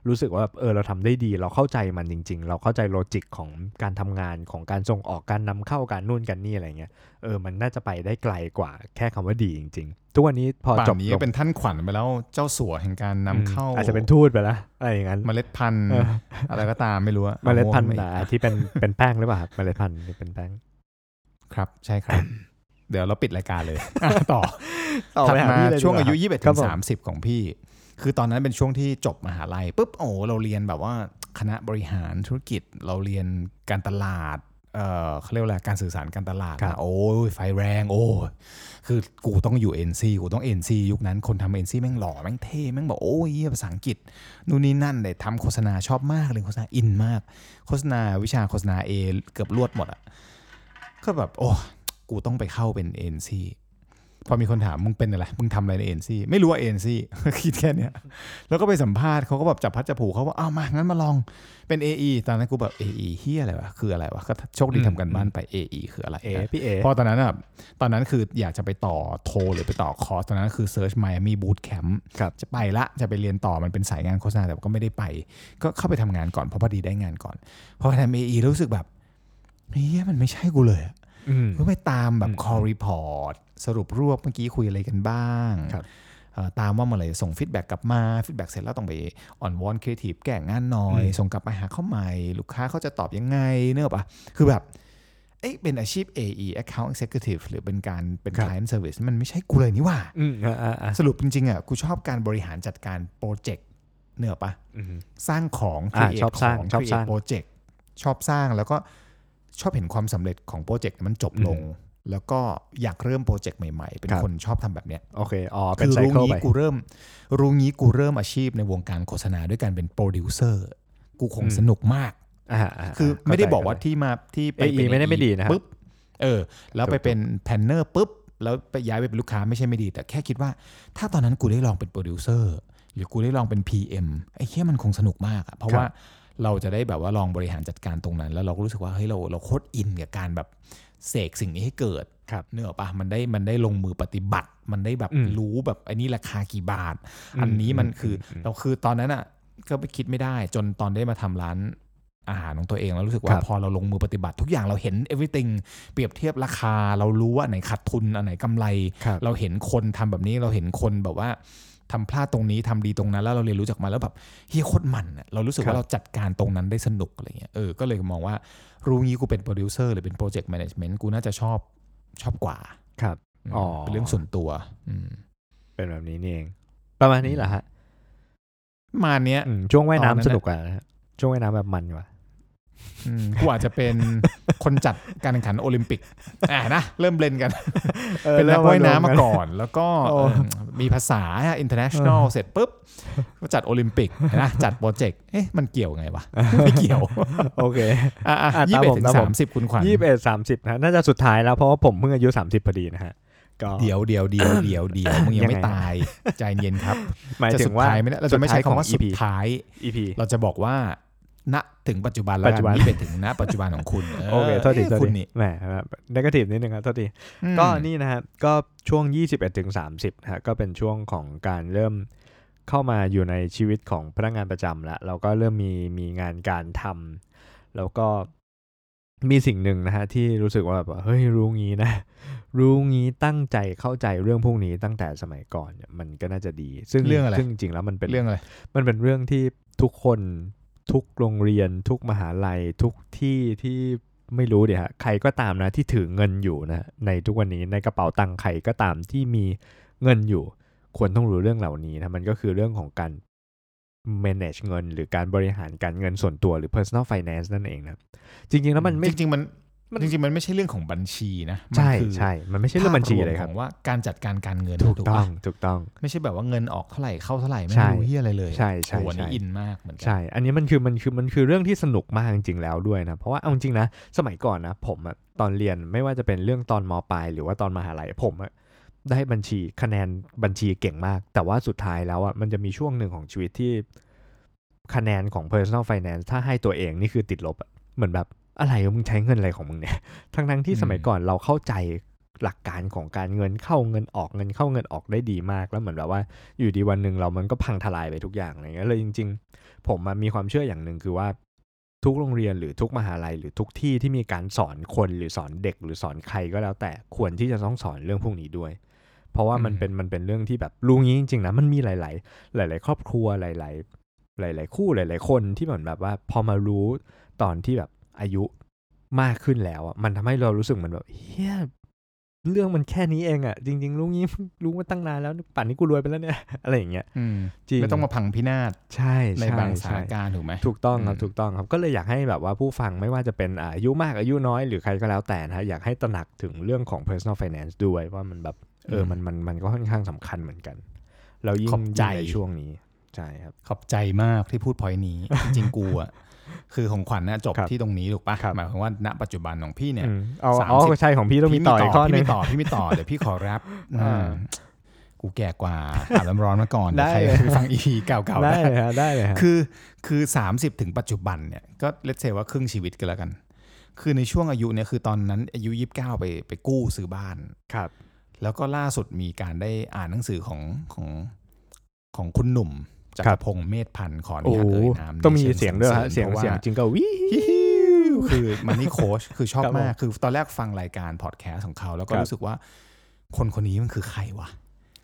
รู้สึกว่าแบบเออเราทำได้ดี เราเข้าใจมันจริง ๆ เราเข้าใจโลจิกของการทำงานของการส่งออกการนำเข้าการนู่นกันนี่อะไรเงี้ยเออมันน่าจะไปได้ไกลกว่าแค่คำว่าดีจริง ๆ ทุกวันนี้พอ
ป่า
จบ
นนี้
ล
ก็
ง
เป็นท่านขวัญไปแล้วเจ้าสัวแห่งการนำเข้า
อืมอาจจะเป็นทูตไปแล้วอะไรอย่างนั้น
เมล็ดพันธุ์
เออ
อะไรก็ตามไม่รู้อะ
เมล็ดพันธุ์
อาม่วง
ห
ไป
นาที่เป็นเป็นแป้งหรือเปล่าครับเมล็ดพันธุ์ที่เป็นแป้ง
ครับ ใช่ครับ เดี๋ยวเราปิดรายการ เลยอ่ะต่อ
ถัด
ถัด
ม
มาช่วงอายุ
ค
21
รั
ถึ
บ
ง
ผม
30 ของพี่ คือตอนนั้นเป็นช่วงที่จบมหาลัยปุ๊บโอ้เราเรียนแบบว่าคณะบริหารธุรกิจเราเรียนการตลาดเออเขาเรียกว่าอะไรการสื่อสารการตลาด
ครับ
นะโอ้ยไฟแรงโอ้ยคือกูต้องอยู่ NC กูต้อง NC ยุคนั้นคนทำ NC แม่งหล่อแม่งเท่แม่งบอกโอ้ยเหี้ยภาษาอังกฤษนู่นนี่นั่นเลยทำโฆษณาชอบมากเลยโฆษณาอินมาก โฆษณาวิชาโฆษณา A เกือบลวดหมดอะก็แบบโอ้ยกูต้องไปเข้าเป็น NC พอมีคนถามมึงเป็นอะไร มึงทำอะไรในเอ็นซีไม่รู้ว่าเอ็นซี คิดแค่เนี้ย แล้วก็ไปสัมภาษณ์เขาก็แบบจับพัดจับผูเขาว่าอ้าวมา งั้นมาลองเป็น AE ตอนนั้นกูแบบ AE เฮียอะไรวะ คืออะไรวะ ก็โชคดีทำกันบ้านไป AE คืออะไร
เอ๋พี่เอ๋
เพราะตอนนั้นอ่ะ ตอนนั้นคืออยากจะไปต่อโทรหรือไปต่อคอร์สตอนนั้นคือ Search Miami Boot Camp
ครับ
จะไปละ จะไปเรียนต่อมันเป็นสายงานโฆษณาแต่ก็ไม่ได้ไป ก็เข้าไปทำงานก่อนเพราะพอดีได้งานก่อนพอทำ AE แล้วรู้สึกแบบเฮียมันไม่ใช่กูเลยอะ
อืม
เพื่อไปตามแบ
อื
บ
ม
คอรีพอร์ตสรุปรวบเมื่อกี้คุยอะไรกันบ้าง
ครับ
เอ่อตามว่าเมื่อไหร่ส่งฟีดแบ็กกลับมาฟีดแบ็กเสร็จแล้วต้องไปอ่อนวอนครีเอทีฟแก้งานหน่อย
อืม
ส่งกลับไปหาเขาใหม่ ลูกค้าเขาจะตอบยังไงเนอะปะคือแบบเอ๊ะเป็นอาชีพ AE Account Executive หรือเป็นการเป็น
ครับ
Client Service มันไม่ใช่กูเลยนี่หว่า
อืมอ่าอ่าอ่า
สรุปจริงๆอ่ะกูชอบการบริหารจัดการโปรเจกต์เนอะปะ
อืม
สร้างของ
อ่าชอบสร้าง
ของ
ชอบสร้าง
โปรเจกต์ชอบสร้างแล้วก็ชอบเห็นความสำเร็จของโปรเจกต์มันจบลง แล้วก็อยากเริ่มโปรเจกต์ใหม่ๆ เป็น
ครับ
คนชอบทำแบบเนี้ย
โอเคอ๋อเป็น
คือ
ไซเคิล
รู้งี้
ไป
กูเริ่ม รู้งี้กูเริ่มอาชีพในวงการโฆษณาด้วยการเป็นโปรดิวเซอร์กูคง
อืม
สนุกมาก
อ่าาา
คือ
เข้
ไม่ได้
ใจ
บอกว่า
เข้ใจ
ที่มาที่ไป
AE
เป็น
ไม่ได้
AE
ไม่ดีนะครับ
ปุ๊บเออ แล้ว
ถูก
ไปเป็นแพนเนอร์ปุ๊บ แล้วไปย้ายไปเป็นลูกค้าไม่ใช่ไม่ดี แต่แค่คิดว่า ถ้าตอนนั้นกูได้ลองเป็นโปรดิวเซอร์หรือกูได้ลองเป็น PM ไอ้เหี้ยมันคงสนุกมากอะเพราะว่าเราจะได้แบบว่าลองบริหารจัดการตรงนั้น แล้วเราก็รู้สึกว่าเฮ้ยเราเราโคตรอินกับการแบบเสกสิ่งนี้ให้เกิด
ครับ
เนื้ออกปะมันได้มันได้ลงมือปฏิบัติ มันได้แบบ
อืม
รู้แบบอันนี้ราคากี่บาท
อืม
อันนี้มัน
อืม
คืออ
ม
เราคือตอนนั้นอะก็ไปคิดไม่ได้จนตอนได้มาทำร้าน อาหารของตัวเองแล้วรู้สึ
ค
กว่า
รับ
พอเราลงมือปฏิบัติทุกอย่างเราเห็น everything เปรียบเทียบราคาเรารู้ว่าอันไหนขาดทุนอันไหนกำไร
ครับ
เราเห็นคนทำแบบนี้เราเห็นคนแบบว่าทำพลาดตรงนี้ทำดีตรงนั้น แล้วเราเรียนรู้จากมันแล้วแบบเฮียโคตรมันอะเรารู้สึก
ครับ
ว่าเราจัดการตรงนั้นได้สนุกอะไรเงี้ยเออก็เลยมองว่ารู้งี้กูเป็นโปรดิวเซอร์หรือเป็นโปรเจกต์แมネจเมนต์กูน่าจะชอบชอบกว่า
ครับ
ม
อ๋อ
เป็นเรื่องส่วนตัวอืม
เป็นแบบนี้นี่เอง ประมาณนี้แหละฮะ
ประมาณเนี้ย
อืมช่วงว่าย
ตอนนั้
น้ำ
น
สนุกกว่านะฮะช่วงว่ายน้ำแบบมันกว่า
อืมกูอาจจะเป็น คนจัดการแข่งขันโอลิมปิกอ่ะนะเริ่มเบลนกัน เป็นนักว่ายน้ำมาก่อน แล้วก็
โอ้
เอิ่มมีภาษา international เสร็จปุ๊บก็จัดโอลิมปิกนะจัดโปรเจกต์เอ๊ะมันเกี่ยวไงวะ ไม่เกี่ยว
โอเค
อ่ะอ่ะ
อ่ะ
ยี่
ตาม
สิบ
ผมตามผ
เอ็ดถึงสาม มสิบคุณขวัญ
ยี่สิบเอ็ดสามสิบนะน่าจะสุดท้ายแล้วเพราะว่าผมเพิ่งอายุสามสิบพอดีนะฮะก็
เดี๋ยวเดี๋ยวเดี๋ยวเดี๋ยวเดี๋ยวมึงยั
ยัง
ง
ไง
ไม่ตาย ใจเย็นครับ
หมาย
จะ
ถึ
สุ
ง
ด
ว่า
ท้ายไหมเนี่ยเราจะไม่ใช้คำว่า
ของ
สุด
EP
ท้าย
EP
เราจะบอกว่า ณถึงปัจจุบันแล้ว
ปัจจุบัน
ยี่สิบเอ็ดถึงณปัจจุบันของคุณ
โอเคโทษทีโทษ
คุณ
ที
นี่
แหมนกาทีฟนิดนึงครับโทษที
อืม
ก็นี่นะครับก็ช่วง 21ถึง30นะฮะก็เป็นช่วงของการเริ่มเข้ามาอยู่ในชีวิตของพนักงานประจำแล้วเราก็เริ่มมีมีงานการทำแล้วก็มีสิ่งหนึ่งนะฮะที่รู้สึกว่าแบบว่าเฮ้ยรู้งี้นะ รู้งี้ตั้งใจเข้าใจเรื่องพวกนี้ตั้งแต่สมัยก่อนเนี่ยมันก็น่าจะดี ซึ่ง
เรื่องอะไร
ซึ่งจริงๆแล้วมันเป็น
เรื่องอะไร
มันเป็นเรื่องที่ทุกคนทุกโรงเรียน ทุกมหาลัย ทุกที่ที่ไม่รู้เดี๋ยวฮะใครก็ตามนะที่ถือเงินอยู่นะในทุกวันนี้ในกระเป๋าตังค์ใครก็ตามที่มีเงินอยู่ ควรต้องรู้เรื่องเหล่านี้นะมันก็คือเรื่องของการ manage เงิน หรือการบริหารการเงินส่วนตัวหรือ personal finance นั่นเองนะจริงๆแล้วมันไม่
จริงๆมัน
มัน
จริงๆมันไม่ใช่เรื่องของบัญชีนะมัน
ใช่
คือ
ใช่มันไม่ใช่เรื่องบัญชีเลยครับ
ภาพวมของว่าการจัดการการเงิน
ถูกต้อ
ปะ
งถูกต้อง
ไม่ใช่แบบว่าเงินออกเท่าไหร่เข้าเท่าไหร่ไม่
ใช่
รู้เฮียอะไรเลย
ใช่ใช่
โอ้โหอันนี้
ใช่
อินมากเหมือนกั
ใช่ อันนี้มันคือมันคือมันคือเรื่องที่สนุกมากจริงๆแล้วด้วยนะ เพราะว่าเอาจริงๆนะ สมัยก่อนนะ ผมอะตอนเรียนไม่ว่าจะเป็นเรื่องตอนมปลายหรือว่าตอนมหาลัยผมอะได้บัญชีคะแนนบัญชีเก่งมาก แต่ว่าสุดท้ายแล้วอะมันจะมีช่วงหนึ่งของชีวิตที่คะแนนของ personal finance ถ้าให้ตัวเองนี่คือติดลบอะเหมือนแบบอะไรวะมึงใช้เงินอะไรของมึงเนี่ย ทั้งทั้งๆที่สมัยก่อนเราเข้าใจหลักการของการเงินเข้าเงินออกเงินเข้าเงินออกได้ดีมากแล้วเหมือนแบบว่า อยู่ดีวันหนึ่งเรามันก็พังทลายไปทุกอย่างอะไรเงี้ยเลยจริง ๆ ผมมันมีความเชื่ออย่างหนึ่งคือว่า ทุกโรงเรียนหรือทุกมหาลัยหรือทุกที่ที่มีการสอนคนหรือสอนเด็กหรือสอนใครก็แล้วแต่ควรที่จะต้องสอนเรื่องพวกนี้ด้วย เพราะว่ามันเป็นมันเป็นเรื่องที่แบบรู้งี้จริงๆนะมันมีหลาย ๆ หลาย ๆ ครอบครัวหลาย ๆ หลาย ๆ คู่หลาย ๆ คนที่เหมือนแบบว่าพอมารู้ตอนที่แบบอายุมากขึ้นแล้วอะมันทำให้เรารู้สึกเหมือนแบบเฮียเรื่องมันแค่นี้เองอะจริง ๆ รู้งี้ รู้มาตั้งนานแล้วป่านนี้กูรวยไปแล้วเนี่ย อะไรอย่างเงี้ย
อืม
จริง
ไม่ต้องมาพังพินาศ
ใช่
ใน
ช่
บางสถา
ใช่
นการณ์ถูกไหม
ถูกต้องครับ
อืม
ถูกต้องครับก็เลยอยากให้แบบว่าผู้ฟังไม่ว่าจะเป็นอายุมากอายุน้อยหรือใครก็แล้วแต่นะฮะอยากให้ตระหนักถึงเรื่องของ personal finance ด้วยว่ามันแบบเออมันมันมันก็ค่อนข้างสำคัญเหมือนกัน เรายิ่งยิ่งในช่วงนี้ใช่ครับ
ขอบใจมากที่พูดพอยนี้ จริงๆ กูอ่ะคือของขวัญนะจบ
ครับ
ที่ตรงนี้ถูกปะ
ครับ
หมายความว่าณปัจจุบันของพี่เนี่ย
อืมเอา
สามสิบ
อ๋อใช่ของพี่ต้องมี
พี่
ต่ออีกข้อห
พี่
นึง
มีต่อพี่มีต่อเดี๋ยวพี่ขอรับ
อ่า
อืมกูแก่กว่าอาบน้ำร้อนมาก่อน
ได้
ใครจะไปฟังอีพีเก่าๆ
ได้
ได้
เลยฮะได้เลยฮะ
คือคือสามสิบถึงปัจจุบันเนี่ยก็เลตเซว่าครึ่งชีวิตกันแล้วกัน คือในช่วงอายุเนี่ยคือตอนนั้นอายุยี่สิบเก้าไปไปกู้ซื้อบ้าน
ครับ
แล้วก็ล่าสุดมีการได้อ่านหนังสือของของของคุณหนุ่มจัก
ครั
ร
บ
พงษ์เมธพันธ์ขออนุ
โอ้
ญาต
โห
เอ่ยนาม
ต้องมี
ใน
เสียงด้วย
สร
ฮะ
ร
เสียง
พราะา
เสียงจริงก็วิ
ฮิ้ว คือมันนี่โค้ชคือชอบ
ครับผม
มาก คือตอนแรกฟังรายการพอดแคสต์ของเขา แล้วก็
ครับ
รู้สึกว่า คนคนนี้มันคือใครวะ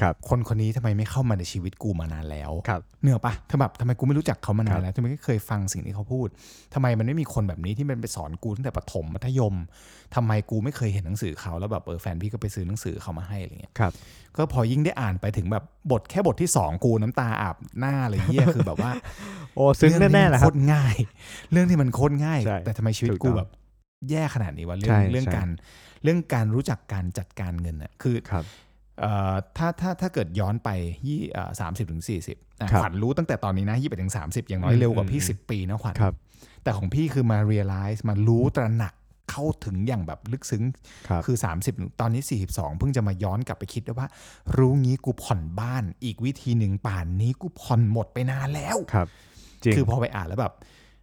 ครับ
คนคนนี้ทำไมไม่เข้ามาในชีวิตกูมานานแล้ว
ครับ
เนื้อปะทำแบบทำไมกูไม่รู้จักเขามา
ครั
นาน
บ
แล้วทำไมไม่เคยฟังสิ่งที่เขาพูดทำไมมันไม่มีคนแบบนี้ที่มันไปสอนกูตั้งแต่ประถมมัธยมทำไมกูไม่เคยเห็นหนังสือเขาแล้วแบบเออแฟนพี่ก็ไปซื้อหนังสือเขามาให้อะไรเงี้ย
ครับ
ก็พอยิ่งได้อ่านไปถึงแบบบทแค่บทที่สองกูน้ำตาอาบหน้าเลยเหี้ย คือแบบว่า
โอ้ ซึ้งแน่ๆแหละค
เรื่องที่มันโครับ ตรง่าย เรื่องที่มันโคตรง่าย
ใช่
แต่ทำไมชีวิต
ถูกต้
กู
อง
แบบแย่ขนาดนี้วะเรื่อ
ใช่
งเรื่อง
ใช่
การเรื่องการรู้จักการจัดการเงินอ่ะคือ
ครับ
เอ่อถ้าถ้าถ้าเกิดย้อนไปยี่สามสิบถึงสี่สิบ
ครับ
ขวัญรู้ตั้งแต่ตอนนี้นะยี่สิบถึงสามสิบอย่างน้อย
อืม
เร็วกว่า
อืม
พี่
อืม
สิบปีนะขวัญ
ครับ
แต่ของพี่คือมา realize มารู้ตระหนักเข้าถึงอย่างแบบลึกซึ้ง
ครับ
อ30 ตอนนี้ 42 เพิ่งจะมาย้อนกลับไปคิดด้วยว่า รู้งี้กูผ่อนบ้าน อีกวิธีหนึ่งป่านนี้กูผ่อนหมดไปนานแล้ว
ครับ จริง
คือพอไปอ่านแล้วแบบ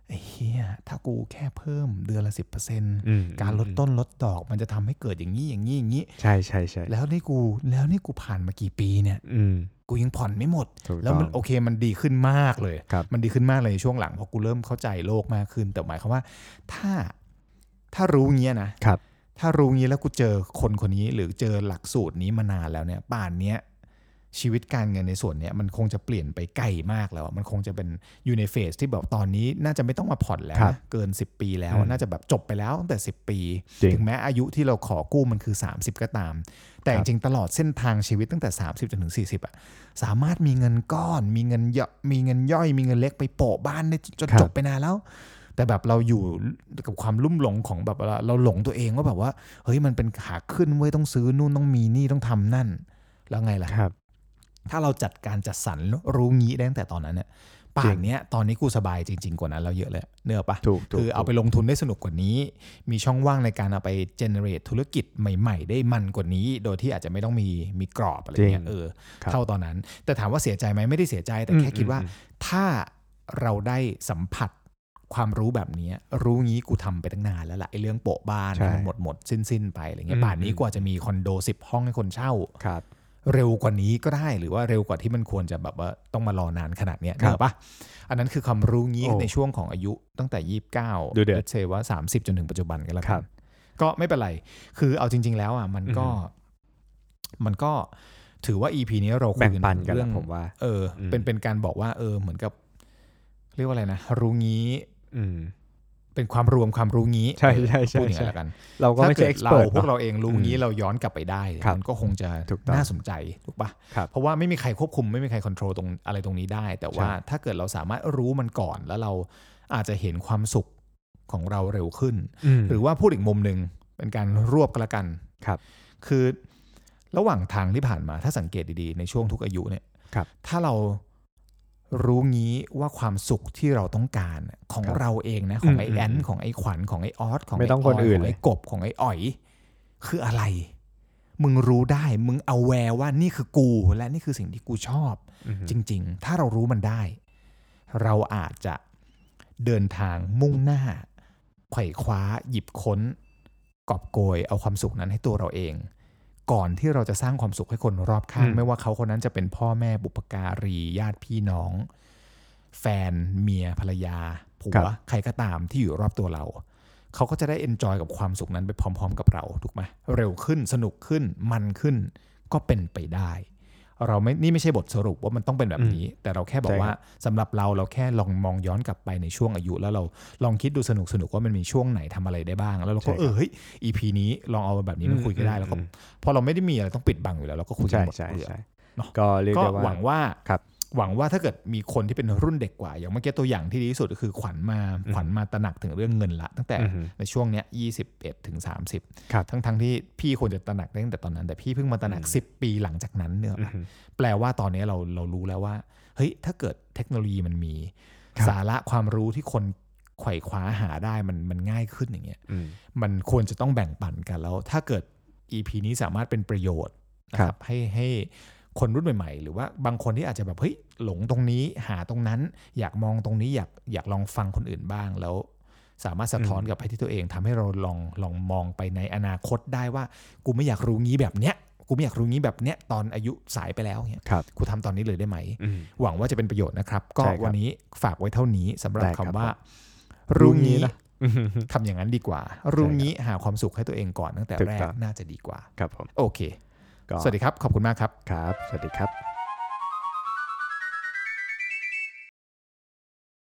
ไอ้เฮียถ้ากูแค่เพิ่มเดือนละสิบเปอร์เซ็นต์
ม
การลดต้นลดดอกมันจะทำให้เกิดอย่างนี้อย่างนี้อย่างนี้
ใช่ใช่ใช่
แล้วนี่กูแล้วนี่กูผ่านมากี่ปีเนี่ย
อืม
กูยังผ่อนไม่หมด
ถูก
แล้วมัน
ต้
โอ
อง
เคมันดีขึ้นมากเลย
ครับ
มันดีขึ้นมากเลยในช่วงหลังเพราะกูเริ่มเข้าใจโลกมากขึ้น แต่หมายความว่าถ้าถ้ารู้เงี้ยนะ
ครับ
ถ้ารู้งี้แล้วกูเจอคนคนนี้หรือเจอหลักสูตรนี้มานานแล้วเนี่ยป่านเนี้ยชีวิตการเงินในส่วนเนี้ยมันคงจะเปลี่ยนไปไกลมากแล้วอะมันคงจะเป็นอยู่ในเฟสที่แบบตอนนี้น่าจะไม่ต้องมาผ่อนแล้ว
ครับ
นะเกิน 10 ปีแล้ว
อืม
น่าจะแบบจบไปแล้วตั้งแต่ 10 ปี
จริง
ถึงแม้อายุที่เราขอกู้มันคือ 30 ก็ตาม แต่
ค
จ
รับ
ริงๆตลอดเส้นทางชีวิตตั้งแต่ 30จนถึง40อะสามารถมีเงินก้อน มีเงินเยอะมีเงินย่อย มีเงินเล็กไปโปะบ้านได้จน
ครับ
จบไปนานแล้ว แต่แบบเราอยู่กับความลุ่มหลงของแบบเราเราหลงตัวเองว่าแบบว่า เฮ้ยมันเป็นขาขึ้นเว้ยต้องซื้อนู่นต้องมีนี่ต้องทำนั่น แล้วไงล่ะ
ครับ
ถ้าเราจัดการจัดสรรรู้งี้ได้ตั้งแต่ตอนนั้นเนี่ยป่านเนี้ยตอนนี้กูสบายจริง ๆ กว่านั้นเราเยอะเลยเนื้ออกปะ
ถูกถูก
คือเอาไปลงทุนได้สนุกกว่านี้ มีช่องว่างในการเอาไปเจเนเรตธุรกิจใหม่ ๆ ได้มันกว่านี้ โดยที่อาจจะไม่ต้องมีมีกรอบอะไร
จ
เงี้
ริ
ย
ง
เออ
ครับ
เท่าตอนนั้น แต่ถามว่าเสียใจไหมไม่ได้เสียใจแต่แค่
อืม
คิดว่า
อืม
ถ้าเราได้สัมผัสความรู้แบบเนี้ยรู้งี้กูทำไปตั้งนานแล้วล่ะไอ้เรื่องโปะบ้าน
ใช่
มันหมดหมดสิ้นสิ้นๆไปอะไรเงี้
อืม
ยป่านนี้
อืม
กว่าจะมีคอนโดสิบห้องให้คนเช่า
ครับ
เร็วกว่านี้ก็ได้หรือว่าเร็วกว่าที่มันควรจะแบบว่าต้องมารอนานขนาดเนี้ย
ครับ
เนกออกปะอันนั้นคือความรู้งี้
โอ้
ในช่วงของอายุตั้งแต่ยี่สิบเก้า
ดูเดือด
เซว่าสามสิบจนถึงปัจจุบันกันแล้ว
ค
กั
รั
น
บ
ก็ไม่เป็นไร คือเอาจริง ๆ แล้วอ่ะมันก็
อือ
มันก็ถือว่า EP นี้เราคุ
แบ่
ย
ง
กัน
ปันกัน
เรื่
แห
อ
ละ
ง
ผมว่า
เอออ
ม
เป็นเป็นการบอกว่า เออ เหมือนกับ เรียกว่าอะไรนะรู้งี้
อืม
เป็นความรวมความรู้งี้
ใช่ใช่ใช่
พูดอย่าง
ใช่
นั้นแล้วกัน
เราก็ไม่ใช่เอ็กซ์เพรส
ถ้ากิดเราพวกเราเองรู้งี้เราย้อนกลับไปได้เนี่ย
ครับ
มันก็คงจะ
ถูกต้อง
น่าสนใจถูกปะ
ครับ
เพราะว่าไม่มีใครควบคุมไม่มีใครคอนโทรลตรงอะไรตรงนี้ได้ แต่ว่า
ใช่
ถ้าเกิดเราสามารถรู้มันก่อนแล้วเราอาจจะเห็นความสุขของเราเร็วขึ้น ห
หรื
รือ อว่าพูดอีกมุมหนึ่งเป็นการรวบกันละกัน
ครับ
คือระหว่างทางที่ผ่านมาถ้าสังเกตดีๆ ในช่วงทุกอายุเนี่ย
ครับ
ถ้าเรารู้งี้ว่าความสุขที่เราต้องการน่ะของ
ครับ
เราเองนะของไอ
อืม
แอนของไอขวัญของไอออสของ
ไม่ต้อง
ไย
คนอื่น
ข
เลย
ไอกบของไออ๋อย คืออะไร มึงรู้ได้ มึงเอาแวร์ว่านี่คือกูและนี่คือสิ่งที่กูชอบ
อืม
จริง ๆ ถ้าเรารู้มันได้ เราอาจจะเดินทางมุ่งหน้า ไขว่คว้า หยิบค้น กอบโกย เอาความสุขนั้นให้ตัวเราเอง ก่อนที่เราจะสร้างความสุขให้คนรอบข้าง
อืม
ไม่ว่าเขาคนนั้นจะเป็นพ่อแม่บุปการีญาติพี่น้อง แฟนเมียภรรยาผัวใครก็ตามที่อยู่รอบตัวเรา เขาก็จะได้เอนจอยกับความสุขนั้นไปพร้อม ๆ กับเราถูกไหมเร็วขึ้นสนุกขึ้นมันขึ้นก็เป็นไปได้ เราไม่นี่ไม่ใช่บทสรุปว่ามันต้องเป็นแบบนี้ แต่เราแค่บอก
ใช่ครับ
ว่าสำหรับเราเราแค่ลองมองย้อนกลับไปในช่วงอายุ แล้วเราลองคิดดูสนุกสนุกๆว่ามันมีช่วงไหนทำอะไรได้บ้าง แล้วเราก็
ใช่ครับ
เออเฮ้ย EP นี้ลองเอาแบบนี้มาคุยก็ได้
อืม
แล้วก็
อืม
พอเราไม่ได้มีอะไรต้องปิดบังอยู่แล้วเราก็คุยกั
ใช่
นหมด
ใช่
เปลือก
ใช่
เนอะ
ก็เรียก
ก็
ได้
หวั
ว่า
งว่า
ครับ
หวังว่าถ้าเกิดมีคนที่เป็นรุ่นเด็กกว่า อย่างเมื่อกี้ตัวอย่างที่ดีที่สุดก็คือขวัญมาขวัญมาตระหนักถึงเรื่องเงินละ ตั้งแต่
อือฮึ
ในช่วงเนี้ยยี่สิบเอ็ดถึงสามสิบ
ครับ
ทั้งทั้งๆที่พี่ควรจะตระหนักได้ตั้งแต่ตอนนั้น แต่พี่เพิ่งมาตระหนักสิบปีหลังจากนั้นเนี่ย
อือฮึ
แปลว่าตอนนี้เราเรารู้แล้วว่า เฮ้ย ถ้าเกิดเทคโนโลยีมันมี
ครับ
สาระความรู้ที่คนไขว่คว้าหาได้มันมันง่ายขึ้นอย่างเงี้ย
อืม
มันควรจะต้องแบ่งปันกันแล้ว ถ้าเกิด EP นี้สามารถเป็นประโยชน์นะค
ครั
รั
บบ
ให้ให้คนรุ่นใหม่ๆ หรือว่าบางคนที่อาจจะแบบเฮ้ยหลงตรงนี้หาตรงนั้น อยากมองตรงนี้อยากอยากลองฟังคนอื่นบ้างแล้ว สามารถสะท้อน
อืม
กลับไปที่ตัวเองทำให้เราลองลองมองไปในอนาคตได้ว่า กูไม่อยากรู้งี้แบบเนี้ยกูไม่อยากรู้งี้แบบเนี้ยตอนอายุสายไปแล้วเงี้ย
ครับ
กูทำตอนนี้เลยได้ไหม
อืม
หวังว่าจะเป็นประโยชน์นะครับ ก็
ใช่ครับ
วันนี้ฝากไว้เท่านี้สำหรับ
ได้ค
คำ
รับ
ว่า
ผม
รู้
รู้งี้
งี้
นะ อืม
ทำอย่างนั้นดีกว่า รู้งี้หาความสุขให้ตัวเองก่อนตั้งแต่
ถูก
แรก
ต้อง
น่าจะดีกว่า
ครับผม
โอเค
ก็
สวัสดีครับ ขอบคุณมากครับ
ครับ สวัสดีครับ